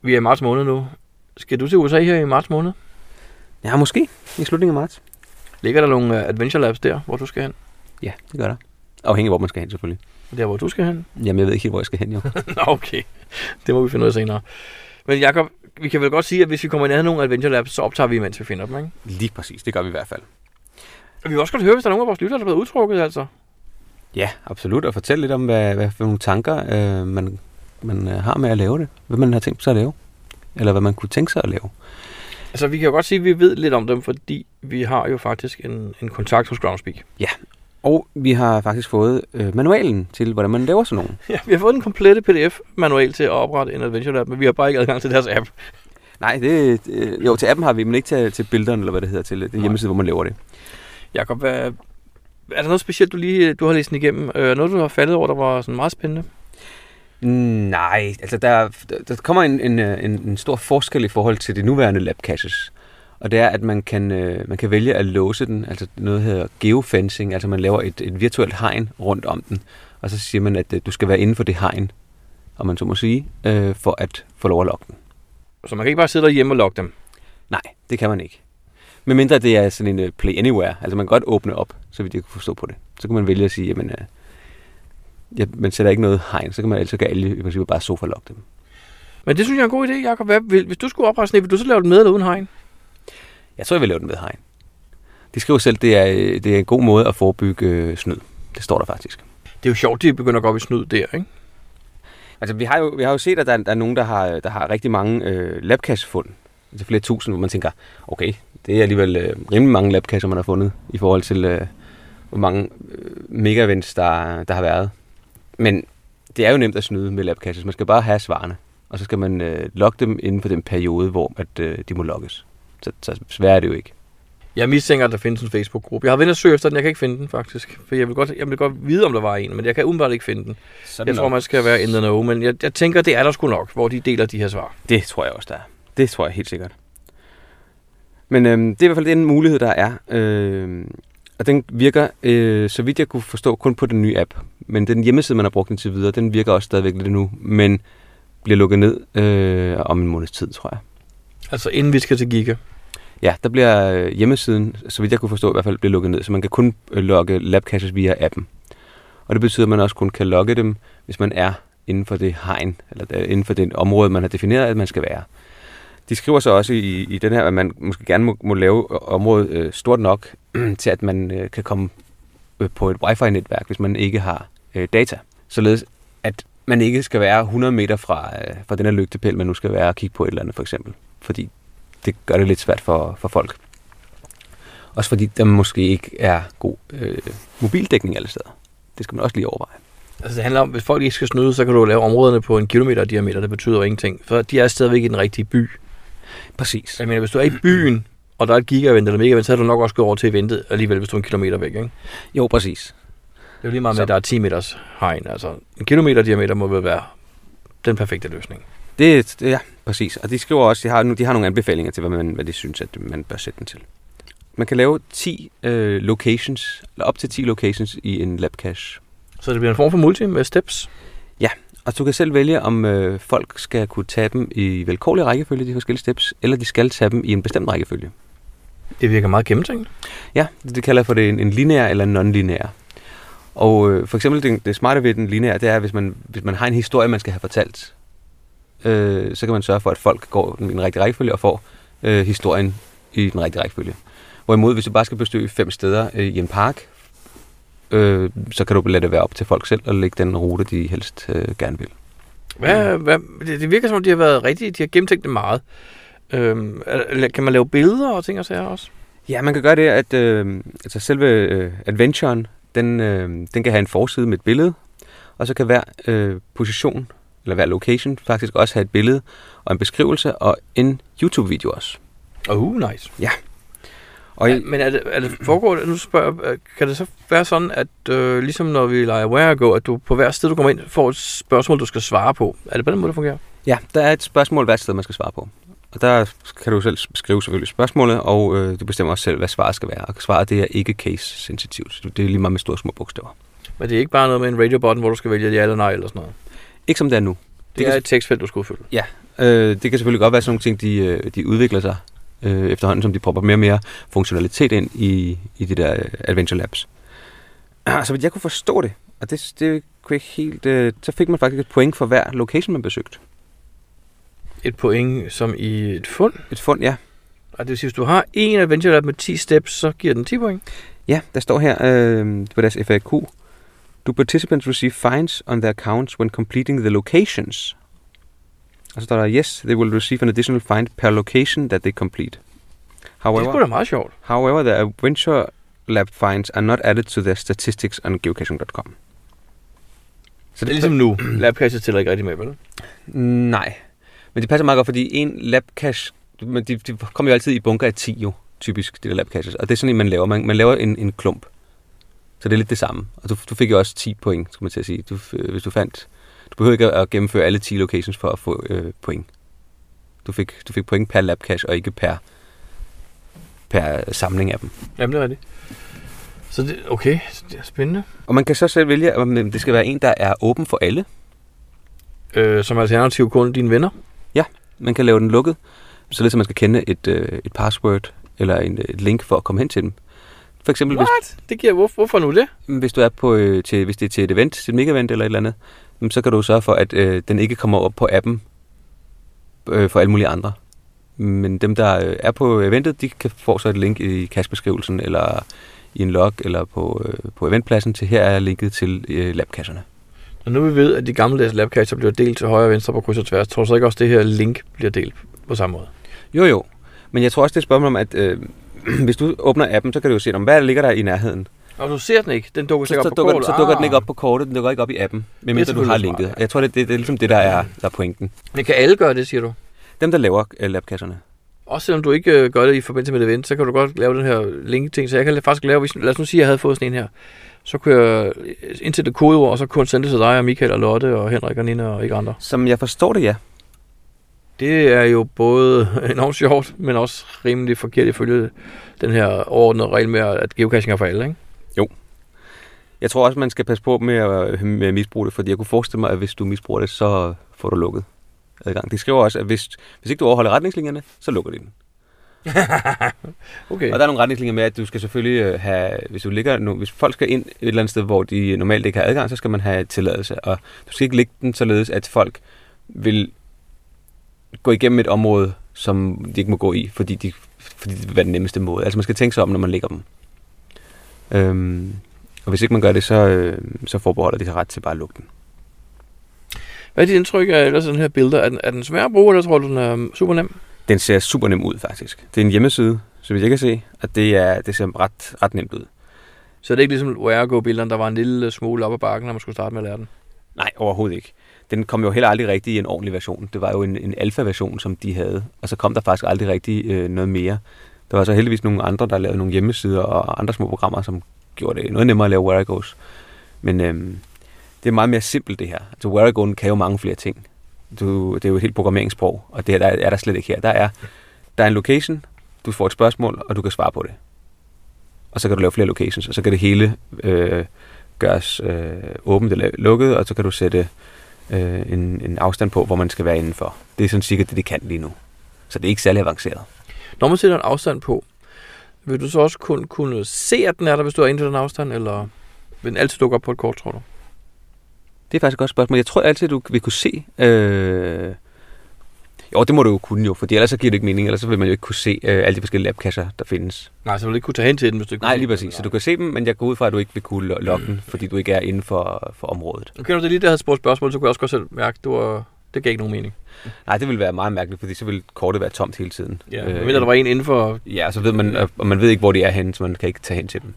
Speaker 1: vi er i marts måned nu. Skal du til USA her i marts måned?
Speaker 2: Ja, måske i slutningen af marts.
Speaker 1: Ligger der nogle øh, Adventure Labs der, hvor du skal hen?
Speaker 2: Ja, det gør der. Afhængig af, hvor man skal hen, selvfølgelig.
Speaker 1: Der, hvor du skal hen.
Speaker 2: Jamen, jeg ved ikke helt, hvor jeg skal hen, jo.
Speaker 1: Nå, okay. Det må vi finde ud af senere. Men Jacob, vi kan vel godt sige, at hvis vi kommer i nærheden af nogle Adventure Labs, så optager vi, mens vi finder dem, ikke?
Speaker 2: Lige præcis, det gør vi i hvert fald.
Speaker 1: Og vi vil også godt høre, hvis der er nogen af vores lyttere, der er blevet udtrukket, altså.
Speaker 2: Ja, absolut. Og fortæl lidt om, hvad, hvad for nogle tanker øh, man, man øh, har med at lave det. Hvad man har tænkt sig at lave. Eller hvad man kunne tænke sig at lave.
Speaker 1: Altså, vi kan jo godt sige, at vi ved lidt om dem, fordi vi har jo faktisk en, en kontakt hos Groundspeak.
Speaker 2: Og vi har faktisk fået øh, manualen til, hvordan man laver sådan nogle.
Speaker 1: Ja, vi har fået en komplette PDF-manual til at oprette en Adventure Lab, men vi har bare ikke adgang til deres app.
Speaker 2: Nej, det, øh, jo, til appen har vi, men ikke til, til billederne, eller hvad det hedder, til øh, den
Speaker 1: Nej.
Speaker 2: hjemmeside, hvor man laver det.
Speaker 1: Jakob, hvad, er der noget specielt, du lige du har læst den igennem? Øh, noget, du har faldet over, der var sådan meget spændende?
Speaker 2: Nej, altså der, der kommer en, en, øh, en, en stor forskel i forhold til de nuværende lab caches. Og det er, at man kan, øh, man kan vælge at låse den, altså noget der hedder geofencing, altså man laver et, et virtuelt hegn rundt om den, og så siger man, at øh, du skal være inden for det hegn, om man så må sige, øh, for at få lov at logge den.
Speaker 1: Så man kan ikke bare sidde derhjemme og logge dem.
Speaker 2: Nej, det kan man ikke. Men mindre det er sådan en øh, play anywhere, altså man kan godt åbne op, så vidt jeg kan forstå på det. Så kan man vælge at sige, jamen, øh, ja, man sætter ikke noget hegn, så kan man altså kan alle i princippet bare sofa logge dem.
Speaker 1: Men det synes jeg er en god idé, Jakob. Hvad, vil, hvis du skulle oprette sådan en, vil du så lave den med eller uden hegn?
Speaker 2: Jeg tror, jeg vil lave den med hegn. De skriver selv, det er, øh, det er en god måde at forebygge øh, snyd. Det står der faktisk.
Speaker 1: Det er jo sjovt, de begynder at gå op i snyd der, ikke?
Speaker 2: Altså, vi har jo, vi har jo set, at der, er- der er nogen, der har, der har rigtig mange øh, labkassefund. Altså flere tusind, hvor man tænker, okay, det er alligevel øh, rimelig mange labkasser, man har fundet, i forhold til, øh, hvor mange øh, mega-events, der, der har været. Men det er jo nemt at snyde med labkasser, så man skal bare have svarene. Og så skal man øh, logge dem inden for den periode, hvor at, øh, de må logges. Så, så svært er det jo ikke.
Speaker 1: Jeg mistænker, at der findes en Facebook-gruppe. Jeg har været inde og søge efter den, jeg kan ikke finde den faktisk. For jeg vil godt, jeg vil godt vide, om der var en, men jeg kan umiddelbart ikke finde den.
Speaker 2: Sådan
Speaker 1: Jeg tror, man skal være in the know, men jeg, jeg tænker, det er der sgu nok, hvor de deler de her svar.
Speaker 2: Det tror jeg også, der er. Det tror jeg helt sikkert. Men øhm, det er i hvert fald den mulighed, der er. Øhm, og den virker, øh, så vidt jeg kunne forstå, kun på den nye app. Men den hjemmeside, man har brugt indtil videre, den virker også stadigvæk lidt nu. Men bliver lukket ned øh, om en måneds tid, tror jeg.
Speaker 1: Altså inden vi skal til Giga.
Speaker 2: Ja, der bliver øh, hjemmesiden, så vidt jeg kunne forstå, i hvert fald bliver lukket ned. Så man kan kun øh, logge labcaches via appen. Og det betyder, at man også kun kan logge dem, hvis man er inden for det hegn, eller der- inden for det område, man har defineret, at man skal være. De skriver så også i, i den her, at man måske gerne må, må lave området øh, stort nok, til at man øh, kan komme øh, på et wifi-netværk, hvis man ikke har øh, data. Således, at man ikke skal være 100 meter fra, øh, fra den her lygtepæl, man nu skal være og kigge på et eller andet, for eksempel. Fordi det gør det lidt svært for, for folk. Også fordi der måske ikke er god øh, mobildækning alle steder. Det skal man også lige overveje.
Speaker 1: Altså det handler om, hvis folk ikke skal snyde, så kan du lave områderne på en kilometer diameter, det betyder jo ingenting. For de er stadigvæk i den rigtige by.
Speaker 2: Præcis.
Speaker 1: Jeg mener, hvis du er i byen, og der er et giga-event eller mega-event, så er du nok også gået over til eventet alligevel, hvis du er en kilometer væk, ikke?
Speaker 2: Jo, præcis.
Speaker 1: Det er jo lige meget med,
Speaker 2: Så-
Speaker 1: at der er 10 meters hegn. Altså en kilometer diameter må vel være den perfekte løsning.
Speaker 2: Det, det, ja, præcis. Og de skriver også, de har, nu, de har nogle anbefalinger til, hvad, man, hvad de synes, at man bør sætte den til. Man kan lave 10 øh, locations, eller op til 10 locations i en labcache.
Speaker 1: Så det bliver en form for multi med steps.
Speaker 2: Og du kan selv vælge, om øh, folk skal kunne tage dem i velkårlig rækkefølge, de forskellige steps, eller de skal tage dem i en bestemt rækkefølge.
Speaker 1: Det virker meget gennemtænkt.
Speaker 2: Ja, det det kalder jeg for det en, en lineær eller en non-lineær. Og øh, for eksempel det, det smarte ved den lineær, det er, hvis man, hvis man har en historie, man skal have fortalt, øh, så kan man sørge for, at folk går i den rigtige rækkefølge og får øh, historien i den rigtige rækkefølge. Hvorimod, hvis du bare skal besøge fem steder øh, i en park, øh, så kan du lade det være op til folk selv og lægge den rute, de helst øh, gerne vil.
Speaker 1: Hvad, hvad, det, det virker som om, de har været rigtige. De har gennemtænkt det meget. Øhm, er- kan man lave billeder og ting og sager også?
Speaker 2: Ja, man kan gøre det, at øh, altså selve øh, adventuren, den, øh, den kan have en forside med et billede, og så kan hver øh, position, eller hver location, faktisk også have et billede og en beskrivelse og en YouTube-video også.
Speaker 1: Oh, nice.
Speaker 2: Og
Speaker 1: Ja, men er det, er det foregår, det- nu spørger jeg, øh, kan det så være sådan, at øh, ligesom når vi leger Where I Go, at du på hver sted, du kommer ind, får et spørgsmål, du skal svare på. Er det på den måde, det fungerer?
Speaker 2: ja, der er et spørgsmål hvert sted, man skal svare på. Og der kan du selv skrive selvfølgelig spørgsmålet, og øh, du bestemmer også selv, hvad svaret skal være. Og svaret det er ikke case-sensitivt. så Det er lige meget med store små bogstaver.
Speaker 1: Men det er ikke bare noget med en radio button, hvor du skal vælge ja eller nej eller sådan noget.
Speaker 2: Ikke som det er nu.
Speaker 1: Det,
Speaker 2: Det
Speaker 1: det
Speaker 2: kan
Speaker 1: er
Speaker 2: s-
Speaker 1: et tekstfelt, du skal udfylde.
Speaker 2: Øh, det kan selvfølgelig godt være sådan nogle ting, de, øh, de udvikler sig øh, efterhånden, som de propper mere og mere funktionalitet ind i, i det der øh, Adventure Labs. så vidt jeg kunne forstå det, og det, det kunne jeg ikke helt... Øh, så fik man faktisk et point for hver location, man besøgte.
Speaker 1: Et point som i et fund.
Speaker 2: Et fund, ja.
Speaker 1: Og det vil sige, hvis du har en Adventure Lab med 10 steps, så giver den 10 point.
Speaker 2: Ja, der står her øh, på deres FAQ. Do participants receive fines on their accounts when completing the locations? Og så står der, yes, they will receive an additional fine per location that they complete.
Speaker 1: Det er sgu
Speaker 2: However,
Speaker 1: da meget sjovt.
Speaker 2: however the Adventure Lab fines are not added to their statistics on geocaching.com.
Speaker 1: Så det er ligesom nu. Labcache tæller ikke rigtig med, vel?
Speaker 2: Nej. Men det passer meget godt, fordi en labcache, men de, de kommer jo altid i bunker af 10 jo, typisk, de der labcaches. Og det er sådan en, man laver. Man, man laver en, en klump. Så det er lidt det samme. Og du, du fik jo også 10 point, skulle man til at sige. Du, øh, hvis du fandt... Du behøver ikke at, at gennemføre alle 10 locations for at få øh, point. Du fik, du fik point per labcache, og ikke per, per samling af dem.
Speaker 1: Jamen, det er rigtigt. Så det, okay, så det er spændende.
Speaker 2: Og man kan så selv vælge, om øh, det skal være en, der er åben for alle.
Speaker 1: Øh, som alternativ kun dine venner.
Speaker 2: Man kan lave den lukket, således at man skal kende et, øh, et password eller en, øh, et link for at komme hen til dem. For eksempel, hvis,
Speaker 1: Det giver, hvorfor, hvorfor nu det?
Speaker 2: hvis, du er på, øh, til, hvis det er til et event, til et mega-event eller et eller andet, jamen, så kan du sørge for, at øh, den ikke kommer op på appen øh, for alle mulige andre. Men dem, der øh, er på eventet, de kan få så et link i kastbeskrivelsen eller i en log eller på, øh, på eventpladsen til, her er linket til øh, labkasserne.
Speaker 1: Og nu vi ved, at de gammeldags labcacher bliver delt til højre og venstre på kryds og tværs, tror du så ikke også, at det her link bliver delt på samme måde?
Speaker 2: Jo, jo. Men jeg tror også, det er et spørgsmål om, at øh, hvis du åbner appen, så kan du jo se, om, hvad der ligger der i nærheden.
Speaker 1: Og du ser den ikke. Den dukker
Speaker 2: så,
Speaker 1: sikkert
Speaker 2: så,
Speaker 1: op på
Speaker 2: dukker,
Speaker 1: kortet.
Speaker 2: så dukker den ikke
Speaker 1: Ah.
Speaker 2: op på kortet, den dukker ikke op i appen, medmindre du har
Speaker 1: selvfølgelig smart,
Speaker 2: linket. Jeg tror, det, det, det er ligesom det, der er, der er pointen.
Speaker 1: Men kan alle gøre det, siger du?
Speaker 2: Dem, der laver øh, labkasserne.
Speaker 1: Også selvom du ikke øh, gør det i forbindelse med et event, så kan du godt lave den her link-ting. Så jeg kan la- faktisk lave, hvis, lad os nu sige, at jeg havde fået sådan en her. Så kunne jeg øh, indsætte et kodeord, og så kunne jeg sende det til dig og Michael og Lotte og Henrik og Nina og ikke andre.
Speaker 2: Som jeg forstår det, ja.
Speaker 1: Det er jo både enormt sjovt, men også rimelig forkert ifølge den her overordnede regel med, at geocaching er for alle, ikke?
Speaker 2: Jeg tror også, man skal passe på med at, øh, med at misbruge det, fordi jeg kunne forestille mig, at hvis du misbruger det, så får du lukket adgang. De skriver også, at hvis, hvis ikke du overholder retningslinjerne, så lukker de den.
Speaker 1: Okay.
Speaker 2: Og der er nogle retningslinjer med, at du skal selvfølgelig øh, have, hvis, du ligger, nu- hvis folk skal ind et eller andet sted, hvor de normalt ikke har adgang, så skal man have tilladelse. Og du skal ikke lægge den således, at folk vil gå igennem et område, som de ikke må gå i, fordi, de, fordi det vil være den nemmeste måde. Altså man skal tænke sig om, når man lægger dem. Øhm, og hvis ikke man gør det, så, øh, så forbeholder de sig ret til bare at lukke den.
Speaker 1: Hvad er dit indtryk af ellers den her billeder? Er den, er den svær at bruge, eller tror du, den er super nem?
Speaker 2: Den ser super nem ud, faktisk. Det er en hjemmeside, så vidt jeg kan se, og det, er, det ser ret, ret nemt ud.
Speaker 1: Så er det ikke ligesom Where-go-billederne, der var en lille smule op ad bakken, når man skulle starte med at lære den?
Speaker 2: Nej, overhovedet ikke. Den kom jo heller aldrig rigtig i en ordentlig version. Det var jo en, en alfa-version, som de havde, og så kom der faktisk aldrig rigtig øh, noget mere. Der var så heldigvis nogle andre, der lavede nogle hjemmesider og andre små programmer, som gjorde det noget nemmere at lave Where I Goes. Men øhm, det er meget mere simpelt det her. Så Where I Go'en kan jo mange flere ting. Du, det er jo et helt programmeringssprog, og det her, der er, er der slet ikke her. Der er, der er en location, du får et spørgsmål, og du kan svare på det. Og så kan du lave flere locations, og så kan det hele øh, gøres øh, åbent eller lukket, og så kan du sætte øh, en, en afstand på, hvor man skal være indenfor. Det er sådan cirka det, de kan lige nu. Så det er ikke særlig avanceret.
Speaker 1: Når man sætter en afstand på, vil du så også kun kunne se, at den er der, hvis du er inde til den afstand, eller vil den altid dukke op på et kort, tror du?
Speaker 2: Det er faktisk et godt spørgsmål. Jeg tror altid, du vil kunne se... Øh... Jo, det må du jo kunne jo, for ellers så giver det ikke mening, ellers så vil man jo ikke kunne se øh, alle de forskellige labkasser, der findes.
Speaker 1: Nej, så vil du ikke kunne tage hen til den, hvis du ikke
Speaker 2: Nej, lige præcis. Så du kan se dem, men jeg går ud fra, at du ikke vil kunne lo- lokke den, fordi du ikke er inden for, for området.
Speaker 1: Nu kender du det lige, der havde spurgt spørgsmål, så kunne jeg også godt selv mærke, at det, var, det gav ikke nogen mening.
Speaker 2: Nej, det vil være meget mærkeligt, fordi så vil kortet være tomt hele tiden.
Speaker 1: Ja, øh, men der var en inden for...
Speaker 2: ja, og så ved man, og man ved ikke, hvor de er henne, så man kan ikke tage hen til dem.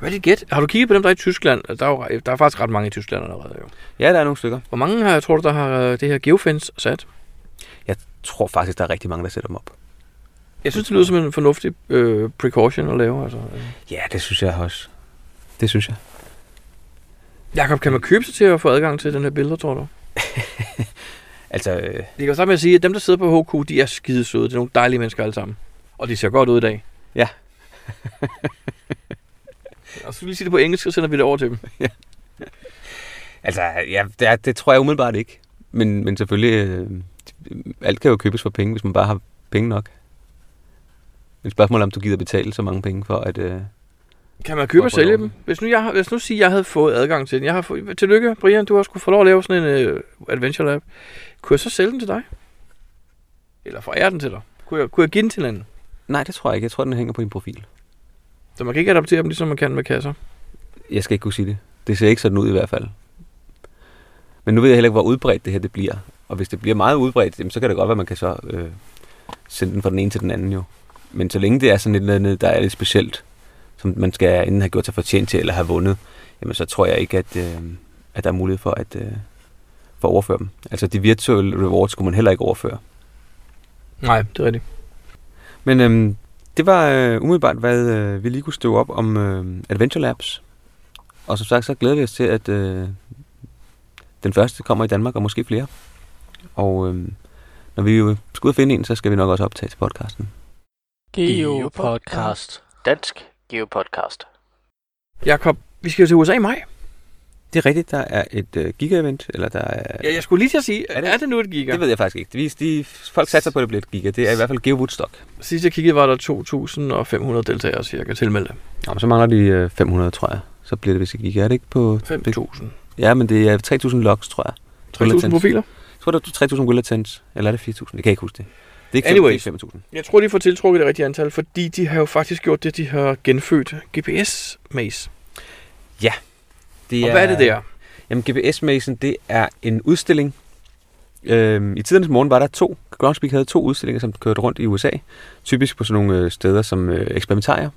Speaker 1: Hvad er dit gæt? Har du kigget på dem, der er i Tyskland? Der er, jo, der er faktisk ret mange i Tyskland allerede, jo.
Speaker 2: Ja, der er nogle stykker.
Speaker 1: Hvor mange har, tror du, der har øh, det her geofence sat?
Speaker 2: tror faktisk, der er rigtig mange, der sætter dem op.
Speaker 1: Jeg synes, det lyder som en fornuftig øh, precaution at lave. Altså.
Speaker 2: Ja, det synes jeg også. Det synes jeg.
Speaker 1: Jakob, kan man købe sig til at få adgang til den her billeder, tror du?
Speaker 2: Altså, øh,
Speaker 1: Det kan starte med at sige, at dem, der sidder på HK, de er skide søde. Det er nogle dejlige mennesker alle sammen. Og de ser godt ud i dag.
Speaker 2: Ja.
Speaker 1: og så skal vi lige sige det på engelsk, så sender vi det over til dem.
Speaker 2: altså ja, det, er, det tror jeg umiddelbart ikke. Men, men selvfølgelig, øh, alt kan jo købes for penge, hvis man bare har penge nok. Men spørgsmålet er, om du gider betale så mange penge for at, øh,
Speaker 1: Kan man købe og
Speaker 4: Hvorfor
Speaker 1: sælge
Speaker 4: dog?
Speaker 1: dem? Hvis nu, jeg, har- hvis nu siger, jeg havde fået adgang til den. Jeg har fået, tillykke, Brian, du har sgu fået lov at lave sådan en uh, Adventure Lab. Kunne jeg så sælge den til dig? Eller forære den til dig? Kunne jeg, kunne jeg give den til en anden?
Speaker 2: Nej, det tror jeg ikke. Jeg tror, den hænger på din profil.
Speaker 1: Så man kan ikke adaptere dem, ligesom man kan med kasser.
Speaker 2: Jeg skal ikke kunne sige det. Det ser ikke sådan ud i hvert fald. Men nu ved jeg heller ikke, hvor udbredt det her det bliver. Og hvis det bliver meget udbredt, jamen, så kan det godt være, at man kan så øh, sende den fra den ene til den anden jo. Men så længe det er sådan et eller andet, der er lidt specielt, som man skal enten have gjort sig fortjent til eller have vundet, jamen så tror jeg ikke, at, øh, at der er mulighed for at, øh, for at overføre dem. Altså de virtuelle rewards skulle man heller ikke overføre.
Speaker 1: Nej, det er rigtigt.
Speaker 2: Men øhm, det var øh, umiddelbart, hvad øh, vi lige kunne støve op om øh, Adventure Labs. Og som sagt, så glæder vi os til, at øh, den første kommer i Danmark, og måske flere. Og øh, når vi jo skal ud og finde en, så skal vi nok også optage til podcasten.
Speaker 3: Geo Podcast. Dansk Geo Podcast.
Speaker 1: Jakob, vi skal jo til USA i maj.
Speaker 2: Det er rigtigt, der er et øh, giga-event, eller der er...
Speaker 1: Ja, jeg skulle lige til at sige, er
Speaker 2: Er
Speaker 1: det,
Speaker 2: det-
Speaker 1: er det nu et giga?
Speaker 2: Det ved jeg faktisk ikke. Vi, de, folk satser på, at det bliver et giga. Det er i hvert fald Geo Woodstock.
Speaker 1: Sidst jeg kiggede, var der 2.500 deltagere cirka tilmeldte.
Speaker 2: Nå, men så mangler de øh, 500, tror jeg. Så bliver det vist et giga. Er det ikke på...
Speaker 1: 5.000.
Speaker 2: Ja, men det er 3.000 logs, tror jeg.
Speaker 1: 3.000 profiler.
Speaker 2: Jeg tror, det er 3.000 Willetens. Eller er det 4.000? Jeg kan ikke huske det. Det er ikke,
Speaker 1: Anyways.
Speaker 2: 5, det er ikke 5.000.
Speaker 1: Jeg tror, de får tiltrukket det rigtige antal, fordi de har jo faktisk gjort det, de har genfødt GPS-maze.
Speaker 2: Det
Speaker 1: Og hvad er det der?
Speaker 2: Jamen, GPS-mæsen, det er en udstilling. Øhm, I tidernes morgen var der to. Groundspeak havde to udstillinger, som kørte rundt i USA. Typisk på sådan nogle øh, steder som øh, eksperimentarier.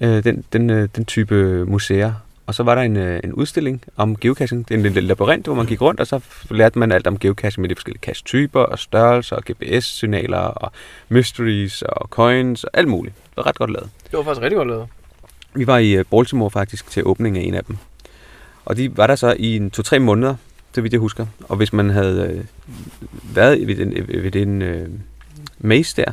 Speaker 2: Øh, den, den, øh, den type museer. Og så var der en, øh, en udstilling om geocaching. Det er en lille labyrint, hvor man gik rundt, og så f- lærte man alt om geocaching med de forskellige cache-typer og størrelser og GPS-signaler og mysteries og coins og alt muligt. Det var ret godt lavet.
Speaker 1: Det var faktisk rigtig godt lavet.
Speaker 2: Vi var i øh, Baltimore faktisk til åbningen af en af dem. Og de var der så i en to-tre måneder, så vidt jeg husker. Og hvis man havde øh, været ved den, øh, ved den øh, maze der,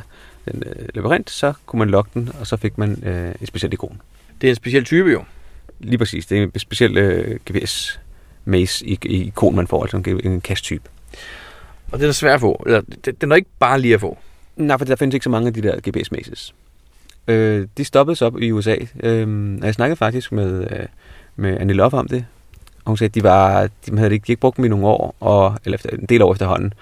Speaker 2: den øh, labyrint, så kunne man logge den, og så fik man øh, et specielt ikon.
Speaker 1: Det er en speciel type jo.
Speaker 2: Lige præcis, det er en speciel øh, GPS maze i, i ikon, man får, altså en, en kasttype.
Speaker 1: Og den er svær at få. Eller, det- den er ikke bare lige at få.
Speaker 2: Nej, for der findes ikke så mange af de der GPS-mazes. Øh, de stoppede så op i USA, øh, og jeg snakkede faktisk med, øh, med Anne Loff om det. Og hun sagde, at de, var, de, havde ikke, de ikke brugt dem i nogle år, og, eller efter, en del år efterhånden.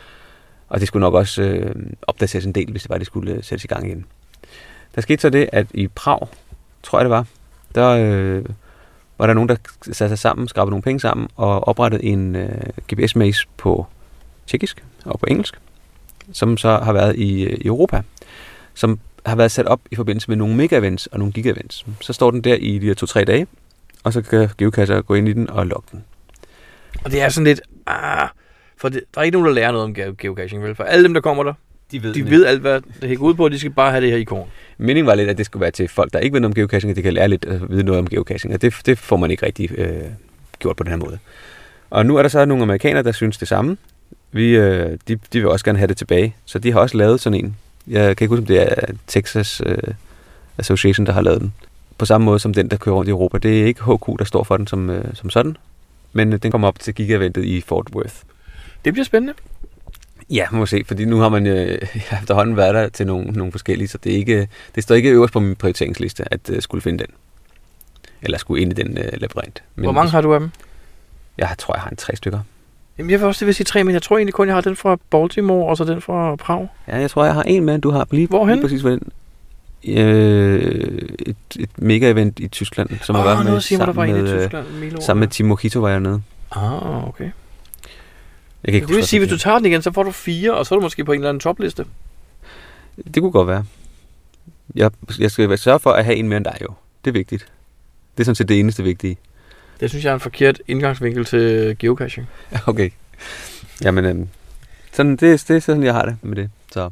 Speaker 2: Og det skulle nok også øh, opdateres en del, hvis det var, det skulle øh, sættes i gang igen. Der skete så det, at i Prag, tror jeg det var, der øh, var der nogen, der satte sig sammen, skrabede nogle penge sammen og oprettede en øh, GPS-maze på tjekkisk og på engelsk som så har været i, øh, i Europa, som har været sat op i forbindelse med nogle mega-events og nogle giga-events. Så står den der i de her to-tre dage, og så kan geokasser gå ind i den og logge den.
Speaker 1: Og det er sådan lidt... Ah, for det, der er ikke nogen, der lærer noget om ge- geocaching, vel? For alle dem, der kommer der,
Speaker 2: De ved,
Speaker 1: de ved alt, hvad det hænger ud på. De skal bare have det her ikon.
Speaker 2: Meningen var lidt, at det skulle være til folk, der ikke ved noget om geocaching, at de kan lære lidt at vide noget om geocaching, og det, det får man ikke rigtig øh, gjort på den her måde. Og nu er der så nogle amerikanere, der synes det samme. Vi, øh, de, de vil også gerne have det tilbage, så de har også lavet sådan en. Jeg kan ikke huske, om det er Texas øh, Association, der har lavet den. På samme måde som den, der kører rundt i Europa. Det er ikke HQ, der står for den som, øh, som sådan, men øh, den kommer op til gigaventet i Fort Worth.
Speaker 1: Det bliver spændende.
Speaker 2: Ja, må se, fordi nu har man øh, ja, efterhånden været der til nogle, nogle forskellige, så det, er ikke, det står ikke øverst på min prioriteringsliste, at øh, skulle finde den. Eller skulle ind i den øh, labyrint. Men
Speaker 1: Hvor mange har du af dem?
Speaker 2: Jeg tror, jeg har en tre stykker.
Speaker 1: Jamen, jeg vil også lige sige tre, men jeg tror egentlig kun, jeg har den fra Baltimore, og så den fra Prag.
Speaker 2: Ja, jeg tror, jeg har en med, du har lige,
Speaker 1: Hvorhenne?
Speaker 2: lige præcis for den. Øh, et, et mega-event i Tyskland, som
Speaker 1: Ah,
Speaker 2: har været med,
Speaker 1: siger, mig, der var
Speaker 2: sammen,
Speaker 1: en i
Speaker 2: med, øh,
Speaker 1: Tyskland. Milo,
Speaker 2: sammen med
Speaker 1: ja.
Speaker 2: Timo Kito var jeg nede.
Speaker 1: Ah, okay.
Speaker 2: Jeg kan
Speaker 1: Jeg kunne lige
Speaker 2: huske,
Speaker 1: sige,
Speaker 2: hvad
Speaker 1: hvis du
Speaker 2: den
Speaker 1: tager den igen, så får du fire, og så er du måske på en eller anden topliste.
Speaker 2: hedder. Det kunne godt være. Jeg, jeg skal være- sørge for at have en mere end dig jo. Det er vigtigt. Det er sådan set det eneste vigtige.
Speaker 1: Det synes jeg er en forkert indgangsvinkel til geocaching.
Speaker 2: Okay. Jamen, øhm, sådan, det, det er sådan, jeg har det med det. Så.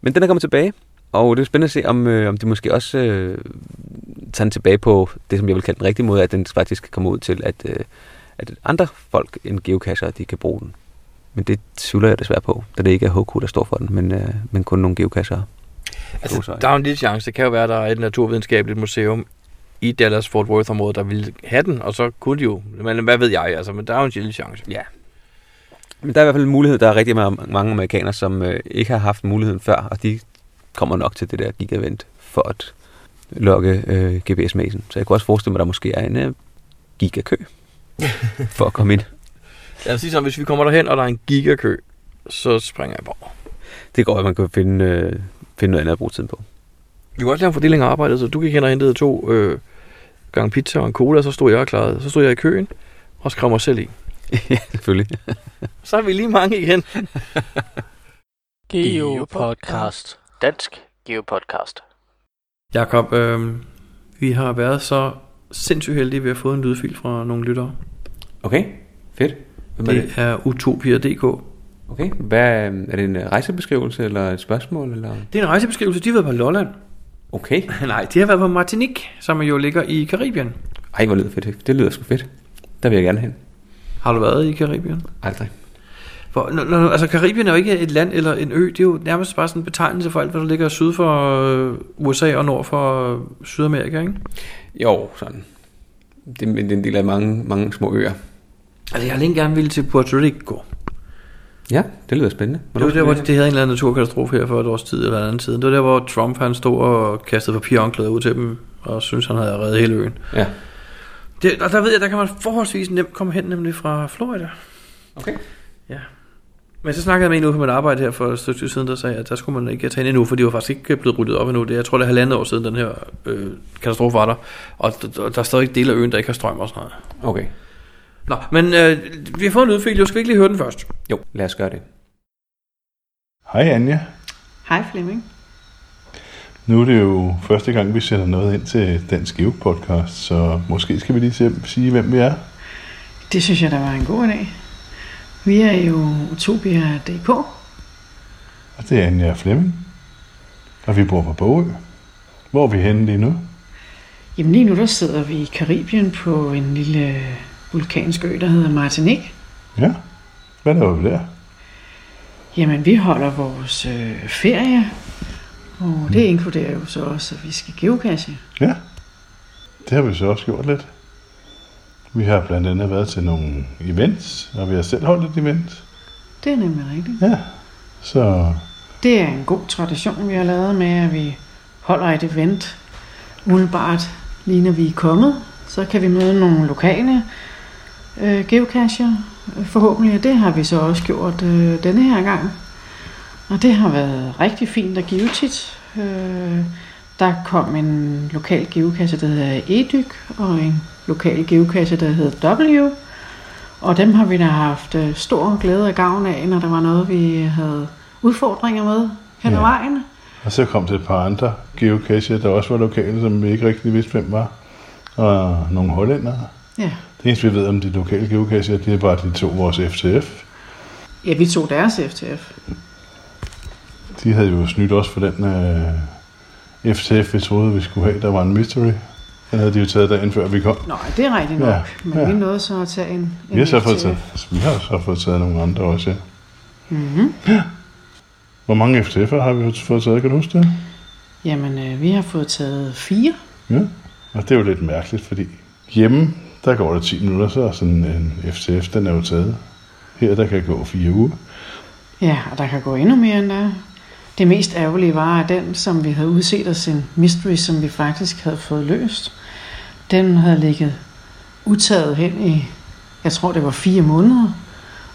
Speaker 2: Men den er kommet tilbage, og det er spændende at se, om, øh, om de måske også øh, tager den tilbage på det, som jeg vil kalde den rigtige måde, at den faktisk kan komme ud til, at, øh, at andre folk end geocachere, de kan bruge den. Men det tvivler jeg desværre på, da det ikke er HK, der står for den, men, øh, men kun nogle geocachere.
Speaker 1: Altså,
Speaker 2: Godsøj.
Speaker 1: der er jo en lille chance. Det kan jo være, at der er et naturvidenskabeligt museum i Dallas Fort Worth-området, der ville have den, og så kunne de jo. Men hvad ved jeg, altså, men der er jo en lille chance.
Speaker 2: Men der er i hvert fald en mulighed, der er rigtig ma- mange amerikanere, som øh, ikke har haft muligheden før, og de kommer nok til det der gigavent for at
Speaker 4: lokke øh, GPS-mæsen. Så jeg kunne også forestille mig, at der måske er en øh, gigakø for at komme ind.
Speaker 1: Lad os sige sådan, hvis vi kommer derhen, og der er en gigakø, så springer jeg bare.
Speaker 4: Det går, at man kan finde, øh, finde noget andet at bruge tiden på.
Speaker 1: Vi kunne også lave en fordeling af arbejdet, så du gik hen og hentede to øh, gange pizza og en cola, og så stod jeg og klarede. Så stod jeg i køen og skrev mig selv i.
Speaker 4: ja, selvfølgelig.
Speaker 1: Så er vi lige mange igen.
Speaker 3: Geo Podcast. Dansk Geo Podcast.
Speaker 1: Jakob, øh, vi har været så sindssygt heldige, at vi har fået en lydfil fra nogle lyttere.
Speaker 4: Okay, fedt. Hvem er det?
Speaker 1: Det er utopia.dk.
Speaker 4: Okay, hvad, øh, er det en øh, rejsebeskrivelse eller et spørgsmål? Eller?
Speaker 1: Det er en rejsebeskrivelse. De har været på Lolland.
Speaker 4: Okay.
Speaker 1: Nej, de har været på Martinique, som jo ligger i Karibien.
Speaker 4: Ej, hvor lyder det fedt. Det lyder sgu fedt. Der vil jeg gerne hen.
Speaker 1: Har du været i Karibien?
Speaker 4: Aldrig.
Speaker 1: For, n- n- altså, Karibien er jo ikke et land eller en ø. Det er jo nærmest bare sådan en betegnelse for alt, hvad der ligger syd for øh, USA og nord for øh, Sydamerika, ikke?
Speaker 4: Jo, sådan. Det, men det er en del af mange, mange små øer.
Speaker 1: Altså, jeg har længe gerne ville til Puerto Rico.
Speaker 4: Ja, det lyder spændende.
Speaker 1: Det var der, hvor det havde en eller anden naturkatastrofe her for et års tid eller en anden tid. Det var der, hvor Trump han stod og kastede papirhåndklæder ud til dem, og synes han havde reddet hele øen.
Speaker 4: Ja.
Speaker 1: Det, og der ved jeg, der kan man forholdsvis nemt komme hen, nemlig fra Florida.
Speaker 4: Okay.
Speaker 1: Ja. Men så snakkede jeg med en ude på mit arbejde her for et stykke tid siden, der sagde, at der skulle man ikke tage ind endnu, for de var faktisk ikke blevet ryddet op endnu. Det, er- jeg tror, det er halvandet år siden, den her øh, katastrofe var der. Og d- d- der er stadig dele af øen, der ikke har strøm og sådan noget.
Speaker 4: Okay.
Speaker 1: Nå, men øh, vi har fået en lydfil, jo skal vi ikke lige høre den først?
Speaker 4: Jo, lad os gøre det.
Speaker 5: Hej Anja.
Speaker 6: Hej Flemming.
Speaker 5: Nu er det jo første gang, vi sender noget ind til Dansk Geog Podcast, så måske skal vi lige se- sige, hvem vi er.
Speaker 6: Det synes jeg, der var en god idé. Vi er jo Utopia.dk.
Speaker 5: Og det er Anja Flemming. Og vi bor på Bogø. Hvor er vi henne lige nu?
Speaker 6: Jamen lige nu der sidder vi i Karibien på en lille vulkansk ø, der hedder Martinique.
Speaker 5: Ja. Hvad laver vi der?
Speaker 6: Jamen vi holder vores øh, ferie, og det inkluderer jo så også, at vi skal geocache.
Speaker 5: Ja. Det har vi så også gjort lidt. Vi har blandt andet været til nogle events, og vi har selv holdt et event.
Speaker 6: Det er nemlig rigtigt.
Speaker 5: Ja. Så
Speaker 6: Det er en god tradition, vi har lavet med, at vi holder et event umiddelbart lige når vi er kommet. Så kan vi møde nogle lokale øh, geocacher øh, forhåbentlig, og det har vi så også gjort øh, denne her gang. Og det har været rigtig fint og givetigt. Øh, der kom en lokal geocacher, der hedder Edyk, og en lokal geocacher, der hedder W. Og dem har vi da haft øh, stor glæde og gavn af, når der var noget, vi havde udfordringer med hen ad
Speaker 5: Ja.
Speaker 6: vejen.
Speaker 5: Og så kom der et par andre geocacher, der også var lokale, som vi ikke rigtig vidste, hvem var. Og nogle hollændere.
Speaker 6: Ja.
Speaker 5: Det eneste, vi ved om de lokale geocacher, det er bare, at de tog vores FTF.
Speaker 6: ja, vi tog deres FTF.
Speaker 5: De havde jo snydt os for den øh, FTF, vi troede, vi skulle have. Der var en mystery. Den havde de jo taget dagen før vi kom.
Speaker 6: Nå, det er rigtigt nok,
Speaker 5: Ja,
Speaker 6: ja. men
Speaker 5: ja.
Speaker 6: vi nåede så at tage en, en
Speaker 5: Vi har, så
Speaker 6: FTF.
Speaker 5: fået taget, vi har så fået taget nogle andre også, ja.
Speaker 6: Mhm.
Speaker 5: Hvor mange FTF'er har vi fået taget, kan du huske det?
Speaker 6: Jamen, øh, vi har fået taget fire.
Speaker 5: Ja, og det er jo lidt mærkeligt, fordi hjemme, der går det 10 minutter, så er sådan en FTF, den er jo taget. Her, der kan gå fire uger.
Speaker 6: Ja, og der kan gå endnu mere end der. Det mest ærgerlige var, at den, som vi havde udset os en mystery, som vi faktisk havde fået løst, den havde ligget utaget hen i, jeg tror det var fire måneder,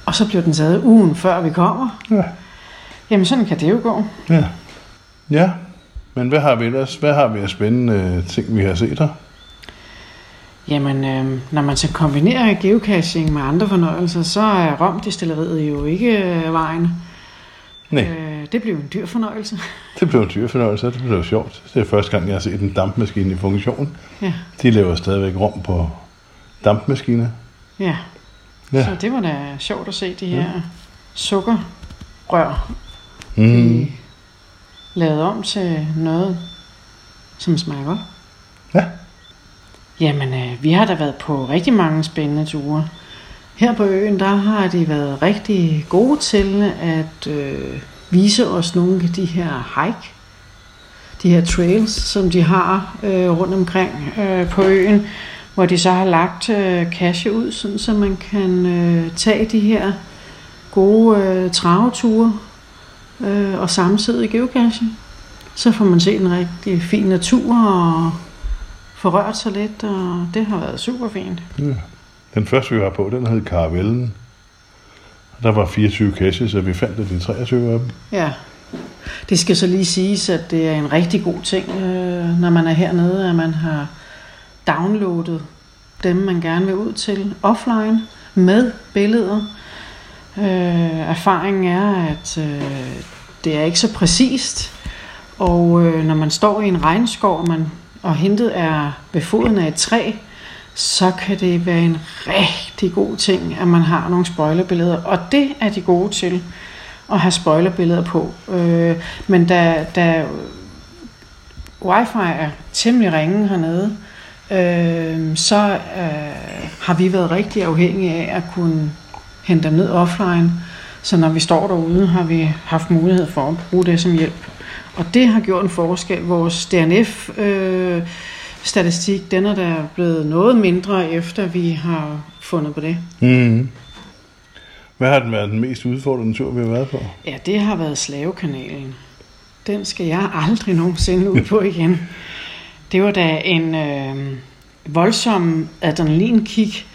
Speaker 6: og så blev den taget ugen før vi kommer.
Speaker 5: Ja.
Speaker 6: Jamen sådan kan det jo gå.
Speaker 5: Ja. Ja, men hvad har vi ellers? Hvad har vi af spændende øh, ting, vi har set her?
Speaker 6: Jamen, øh, når man så kombinerer geocaching med andre fornøjelser, så er romdestilleriet jo ikke øh, vejen.
Speaker 5: Nej,
Speaker 6: Øh, det blev en dyr fornøjelse.
Speaker 5: det blev en dyr fornøjelse, og det blev sjovt. Det er første gang, jeg har set en dampmaskine i funktion.
Speaker 6: Ja.
Speaker 5: De laver stadigvæk rum på dampmaskiner.
Speaker 6: Ja.
Speaker 5: Ja.
Speaker 6: ja. Så det var da sjovt at se de her ja. sukkerrør,
Speaker 5: Mm.
Speaker 6: de lavede om til noget, som smager godt.
Speaker 5: Ja.
Speaker 6: Jamen, øh, vi har da været på rigtig mange spændende ture. Her på øen, der har de været rigtig gode til at øh, vise os nogle af de her hike, de her trails, som de har øh, rundt omkring øh, på øen, hvor de så har lagt øh, cache ud, sådan, så man kan øh, tage de her gode øh, traveture øh, og samtidig geocache. Så får man set en rigtig fin natur og får rørt sig lidt, og det har været super fint.
Speaker 5: Ja. Den første, vi var på, den hed Karavellen. Og Der var 24 caches, og vi fandt det de 23 af dem.
Speaker 6: Ja. Det skal så lige siges, at det er en rigtig god ting, øh, når man er hernede, at man har downloadet dem, man gerne vil ud til offline med billeder. Øh, erfaringen er, at øh, det er ikke så præcist, og øh, når man står i en regnskov og, man, og hentet er ved foden af et træ, så kan det være en rigtig god ting, at man har nogle spoilerbilleder, og det er de gode til at have spoilerbilleder på. Øh, men da, da wifi er temmelig ringe hernede, øh, så øh, har vi været rigtig afhængige af at kunne hente dem ned offline. Så når vi står derude, har vi haft mulighed for at bruge det som hjælp. Og det har gjort en forskel. Vores DNF øh, statistik, den er der blevet noget mindre, efter vi har fundet på det.
Speaker 5: Mm. Hvad har den været den mest udfordrende tur, vi har været på?
Speaker 6: Ja, det har været slavekanalen. Den skal jeg aldrig nogensinde ud på igen. Det var da en øh, voldsom adrenalinkick,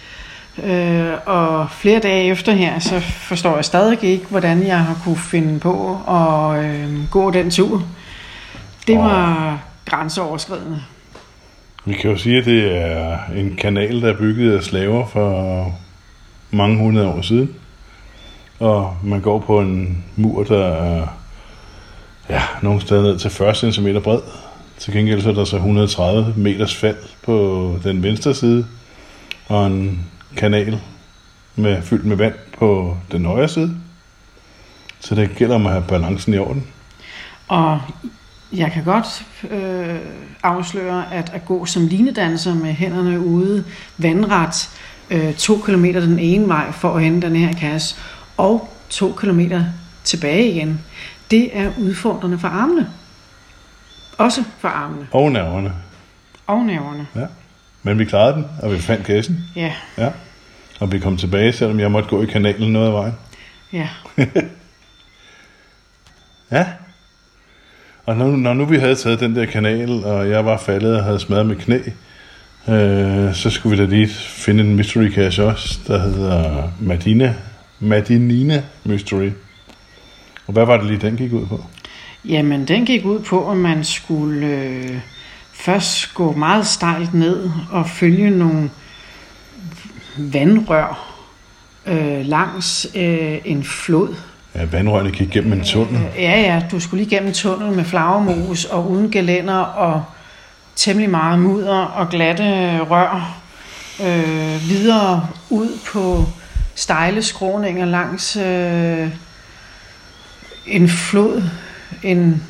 Speaker 6: øh, og flere dage efter her, så forstår jeg stadig ikke, hvordan jeg har kunne finde på at øh, gå den tur. Det var grænseoverskridende.
Speaker 5: Vi kan jo sige, at det er en kanal, der er bygget af slaver for mange hundrede år siden. Og man går på en mur, der er ja, nogle steder ned til 40 cm bred. Til gengæld så er der så 130 meters fald på den venstre side, og en kanal med, fyldt med vand på den højre side. Så det gælder om at have balancen i orden.
Speaker 6: Og jeg kan godt øh, afsløre, at at gå som linedanser med hænderne ude vandret øh, to kilometer den ene vej for at hente den her kasse, og to kilometer tilbage igen, det er udfordrende for armene. Også for armene
Speaker 5: Og nerverne.
Speaker 6: og næverne.
Speaker 5: Men vi klarede den, og vi fandt kassen.
Speaker 6: Ja,
Speaker 5: Ja. Og vi kom tilbage, selvom jeg måtte gå i kanalen noget af vejen.
Speaker 6: ja.
Speaker 5: Ja. Og når, når nu vi havde taget den der kanal, og jeg var faldet og havde smadret mit knæ, øh, så skulle vi da lige finde en mystery cache også, der hedder Madina. Madinina Mystery. Og hvad var det lige, den gik ud på?
Speaker 6: Jamen, den gik ud på, at man skulle øh, først gå meget stejlt ned og følge nogle vandrør øh, langs øh, en flod.
Speaker 5: Ja, vandrørene gik gennem en tunnel.
Speaker 6: Ja, ja, du skulle lige gennem tunnel med flagermus og uden gelænder og temmelig meget mudder og glatte rør øh, videre ud på stejle skråninger langs øh, en flod, en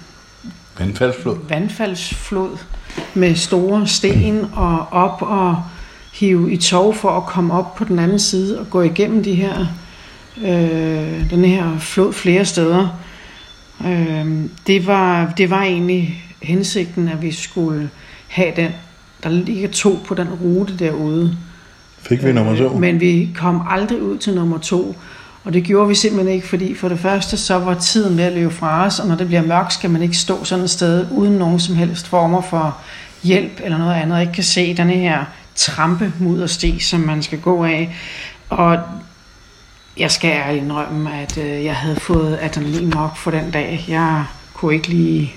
Speaker 5: Vandfaldsflod.
Speaker 6: vandfaldsflod med store sten og op og hive i tov for at komme op på den anden side og gå igennem de her, øh, den her flod flere steder. Øh, det, var, det var egentlig hensigten, at vi skulle have den. Der ligger to på den rute derude.
Speaker 5: Fik vi nummer to?
Speaker 6: Men vi kom aldrig ud til nummer to. Og det gjorde vi simpelthen ikke, fordi for det første så var tiden ved at løbe fra os, og når det bliver mørkt, skal man ikke stå sådan et sted uden nogen som helst former for hjælp eller noget andet, og ikke kan se denne her trampe muddersti, som man skal gå af. Og jeg skal ærligt indrømme, at øh, jeg havde fået adrenalin nok for den dag. Jeg kunne ikke lige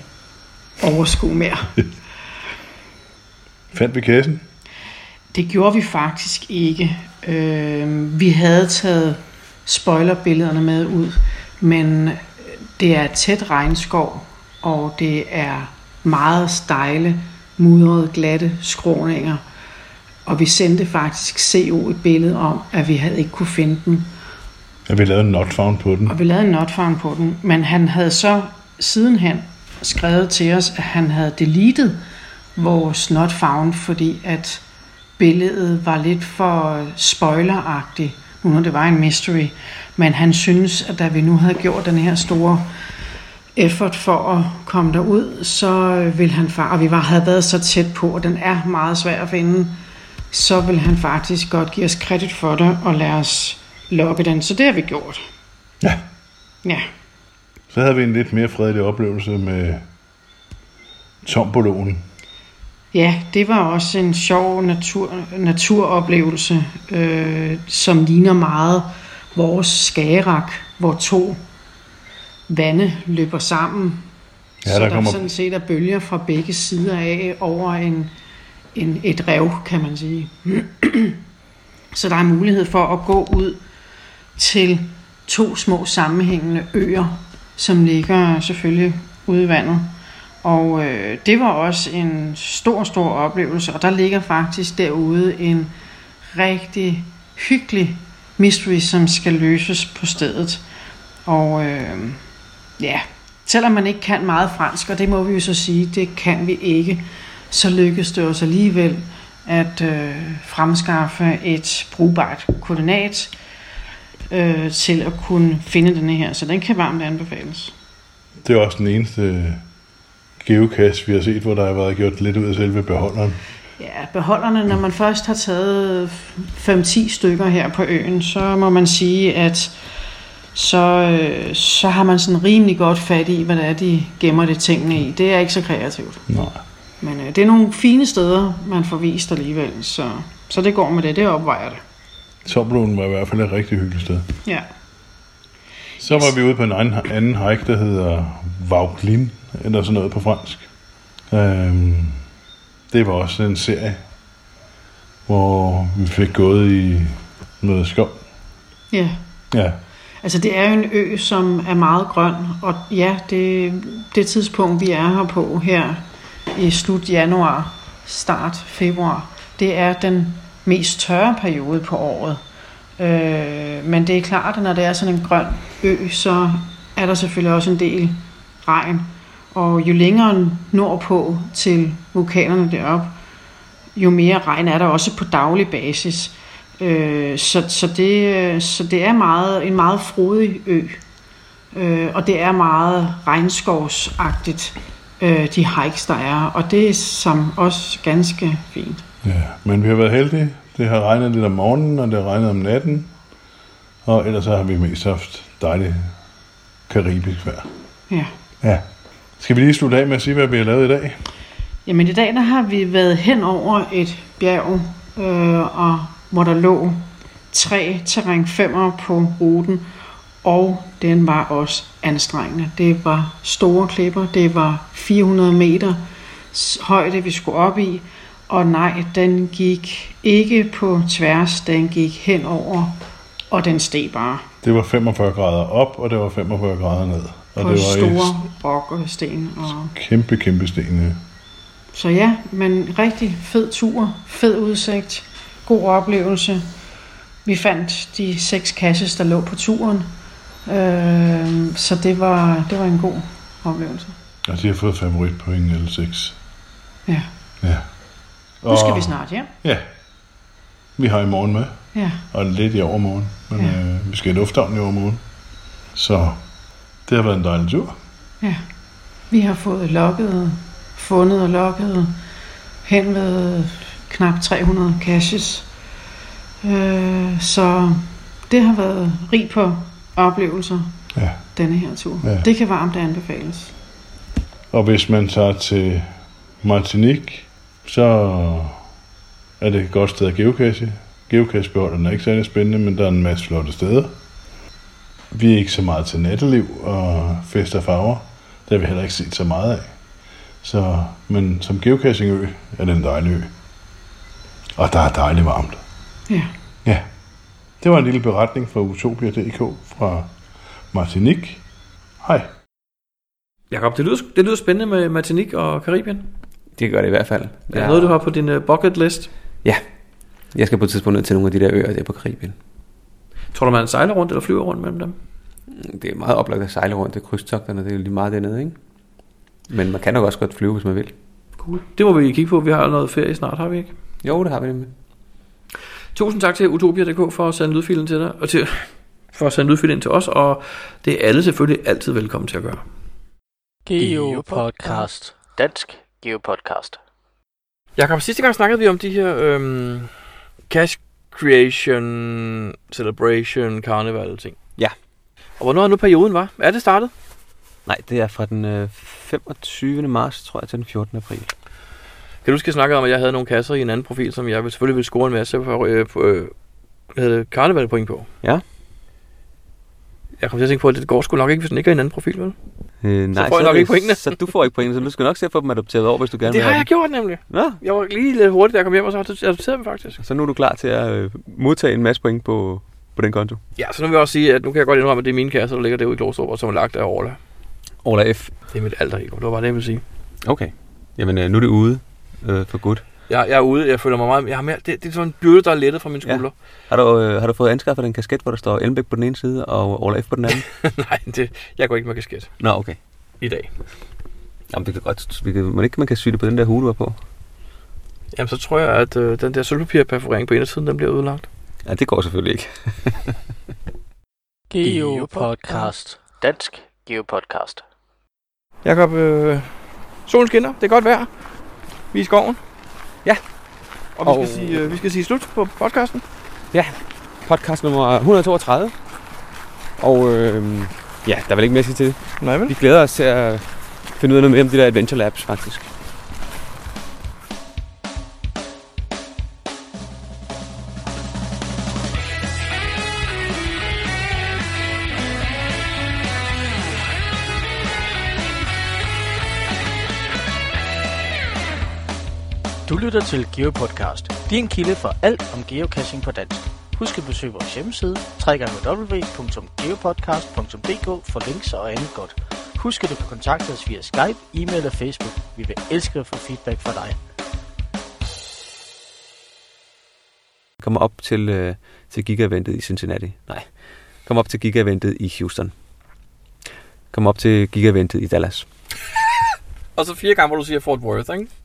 Speaker 6: overskue mere.
Speaker 5: Fandt vi kassen?
Speaker 6: Det gjorde vi faktisk ikke. Øh, vi havde taget spoilerbillederne med ud, men det er tæt regnskov, og det er meget stejle, mudrede, glatte skråninger. Og vi sendte faktisk CO et billede om, at vi havde ikke kunne finde den.
Speaker 5: Ja, vi lavede en not found på den.
Speaker 6: Og vi lavede en notfarm på den, men han havde så sidenhen skrevet til os, at han havde deletet vores not found, fordi at billedet var lidt for spoileragtigt, nu når det var en mystery. Men han synes, at da vi nu havde gjort den her store effort for at komme derud, så ville han far, og vi var, havde været så tæt på, og den er meget svær at finde, så vil han faktisk godt give os kredit for det og lade os lokke den. Så det har vi gjort.
Speaker 5: Ja.
Speaker 6: Ja.
Speaker 5: Så havde vi en lidt mere fredelig oplevelse med Tomboloen.
Speaker 6: Ja, det var også en sjov natur, naturoplevelse, øh, som ligner meget vores skagerak, hvor to vande løber sammen.
Speaker 5: Ja,
Speaker 6: så
Speaker 5: der
Speaker 6: der,
Speaker 5: kommer-
Speaker 6: sådan set er bølger fra begge sider af over en, en, et rev, kan man sige. så der er mulighed for at gå ud til to små sammenhængende øer, som ligger selvfølgelig ude i vandet. Og øh, det var også en stor, stor oplevelse, og der ligger faktisk derude en rigtig hyggelig mystery, som skal løses på stedet. Og øh, ja, selvom man ikke kan meget fransk, og det må vi jo så sige, det kan vi ikke, så lykkedes det os alligevel at øh, fremskaffe et brugbart koordinat øh, til at kunne finde denne her. Så den kan varmt anbefales.
Speaker 5: Det er også den eneste geocache, vi har set, hvor der har været gjort lidt ud af selve beholderen.
Speaker 6: Ja, beholderne, når man først har taget 5-10 stykker her på øen, så må man sige, at så, øh, så har man sådan rimelig godt fat i, hvad det er, de gemmer det tingene i. Det er ikke så kreativt.
Speaker 5: Nej.
Speaker 6: Men øh, det er nogle fine steder, man får vist alligevel, så, så det går med det. Det opvejer det.
Speaker 5: Tomboloen var i hvert fald et rigtig hyggeligt sted.
Speaker 6: Ja.
Speaker 5: Så var vi ude på en anden, anden hike, der hedder Vauglin, eller sådan noget på fransk. Øhm, det var også en serie, hvor vi fik gået i noget skov.
Speaker 6: Ja,
Speaker 5: Ja,
Speaker 6: Altså det er jo en ø, som er meget grøn, og ja, det, det tidspunkt, vi er her på her i slut januar, start februar, det er den mest tørre periode på året. Øh, men det er klart, at når det er sådan en grøn ø, så er der selvfølgelig også en del regn. Og jo længere nordpå til vulkanerne deroppe, jo mere regn er der også på daglig basis. Øh, så, så, det, øh, så det er meget, en meget frodig ø, øh, og det er meget regnskovsagtigt, øh, de hikes, der er, og det er som også ganske fint.
Speaker 5: ja. Men vi har været heldige. Det har regnet lidt om morgenen, og det har regnet om natten. Og ellers så har vi mest haft dejligt karibisk vejr.
Speaker 6: Ja.
Speaker 5: Ja. Skal vi lige slutte af med at sige, hvad vi har lavet i dag?
Speaker 6: Jamen i dag der har vi været hen over et bjerg, øh, og hvor der lå tre terræn 5'er på ruten, og den var også anstrengende. Det var store klipper, det var 400 meter s- højde, vi skulle op i, og nej, den gik ikke på tværs, den gik hen over, og den steg bare
Speaker 5: Det var 45 grader op, og det var 45 grader ned. Og
Speaker 6: på
Speaker 5: det var i
Speaker 6: store rock og sten. Og
Speaker 5: kæmpe, kæmpe stenene.
Speaker 6: Så ja, men rigtig fed tur, fed udsigt, god oplevelse. Vi fandt de seks kasses, der lå på turen, øh, så det var, det var en god oplevelse.
Speaker 5: Og de har fået favoritpoint alle seks.
Speaker 6: Ja.
Speaker 5: Ja.
Speaker 6: Nu skal vi snart hjem.
Speaker 5: Ja. Vi har i morgen med,
Speaker 6: Ja.
Speaker 5: og lidt i overmorgen. Men
Speaker 6: Ja.
Speaker 5: ja. øh, vi skal i lufthavnen i overmorgen. Så det har været en dejlig tur.
Speaker 6: Ja. Vi har fået lokket, fundet og lokket hen ved knap 300 caches. Øh, så det har været rig på oplevelser,
Speaker 5: Ja.
Speaker 6: denne her tur.
Speaker 5: Ja.
Speaker 6: Ja. Det kan varmt anbefales.
Speaker 5: Og hvis man tager til Martinique, så er det et godt sted at geocache. Geocachebeholderen er ikke særlig spændende, men der er en masse flotte steder. Vi er ikke så meget til natteliv og fest og farver. Det har vi heller ikke set så meget af. Så, men som geocachingø er det en dejlig ø. Og der er dejligt varmt.
Speaker 6: Ja.
Speaker 5: Ja. Det var en lille beretning fra Utopia.dk fra Martinique. Hej.
Speaker 1: Jakob, det lyder, sgu- det lyder spændende med Martinique og Karibien.
Speaker 4: Det gør det i hvert fald.
Speaker 1: Er det noget, du har på din øh, bucket list?
Speaker 4: Ja. Jeg skal på et tidspunkt ned til nogle af de der øer der på Karibien.
Speaker 1: Tror du, man sejler rundt eller flyver rundt mellem dem?
Speaker 4: Det er meget oplagt at sejle rundt. Det er krydstogterne, det er jo lige meget dernede, ikke? Men man kan nok også godt flyve, hvis man vil.
Speaker 1: Cool. Det må vi kigge på. Vi har noget ferie snart, har vi ikke?
Speaker 4: Jo, det har vi nemlig.
Speaker 1: Tusind tak til Utopia.dk for at sende lydfilen til dig, og til, for at sende lydfilen ind til os, og det er alle selvfølgelig altid velkommen til at gøre.
Speaker 3: Geo Podcast. Dansk Geo Podcast.
Speaker 1: Jakob, sidste gang snakkede vi om de her øhm, cash creation, celebration, carnival ting.
Speaker 4: Ja.
Speaker 1: Og hvornår er nu perioden, var? Er det startet?
Speaker 2: Nej, det er fra den øh, 25. marts, tror jeg, til den 14. april.
Speaker 1: Kan du huske, jeg snakkede om, at jeg havde nogle kasser i en anden profil, som jeg ville- selvfølgelig ville score en masse for, øh, på, øh, hvad hedder det, karnevalpoint på?
Speaker 2: Ja.
Speaker 1: Jeg kom til at tænke på, at det går sgu nok ikke, hvis den ikke er i en anden profil, vel?
Speaker 2: Øh,
Speaker 1: får jeg
Speaker 2: er
Speaker 1: nok
Speaker 2: det-
Speaker 1: ikke pointene.
Speaker 2: Så du får ikke pointene, så du skal nok se at få dem adopteret over, hvis du gerne
Speaker 1: Det
Speaker 2: vil
Speaker 1: har
Speaker 2: have
Speaker 1: jeg gjort nemlig.
Speaker 2: dem. Nå,
Speaker 1: Jeg var lige lidt hurtigt, da jeg kom hjem, og så adopterede dem faktisk.
Speaker 2: så nu er du klar til at øh, modtage en masse point på, på den konto.
Speaker 1: Ja, så nu vil jeg også sige, at nu kan jeg godt indrømme, at det er mine kasser, der ligger derude i Glostrup, og som er lagt af Orla.
Speaker 2: Ola F.
Speaker 1: Det er mit alter ego. Det var bare det, jeg ville sige.
Speaker 2: Okay. Jamen, øh, nu er det ude øh, for godt.
Speaker 1: Jeg, jeg er ude, jeg føler mig meget... Jeg har mere, det, det er sådan en byrde, der er lettet fra mine
Speaker 2: Ja.
Speaker 1: skuldre.
Speaker 2: Har du, øh, har du fået anskaffet en kasket, hvor der står Elmbæk på den ene side og Ola F. på den anden?
Speaker 1: Nej, det, jeg går ikke med kasket
Speaker 2: Nå, okay.
Speaker 1: i dag.
Speaker 2: Jamen, det kan godt. Vi kan, man ikke, man kan sy det på den der hue, du har på.
Speaker 1: Jamen, så tror jeg, at øh, den der sølvpapirperforering på indersiden, den bliver udlagt.
Speaker 2: Ja, det går selvfølgelig ikke.
Speaker 3: Geopodcast. Dansk Geopodcast.
Speaker 1: Jakob, øh, solen skinner. Det er godt vejr. Vi er i skoven.
Speaker 2: Ja.
Speaker 1: Og vi skal,
Speaker 2: Og-
Speaker 1: sige, øh, vi skal sige slut på podcasten.
Speaker 2: Podcast nummer 132. Og øh, ja, der er vel ikke mere at sige til det.
Speaker 1: Nej, vel?
Speaker 2: Vi glæder os til at finde ud af noget mere om de der Adventure Labs, faktisk.
Speaker 3: Du lytter til Geopodcast, din kilde for alt om geocaching på dansk. Husk at besøge vores hjemmeside, www.geopodcast.dk for links og andet godt. Husk at du kan kontakte os via Skype, e-mail og Facebook. Vi vil elske at få feedback fra dig.
Speaker 2: Kommer op til, øh, til gigaventet i Cincinnati. Nej. Kommer op til gigaventet i Houston. Kommer op til gigaventet i Dallas.
Speaker 1: Og så fire gange, hvor du siger Fort Worth, ikke?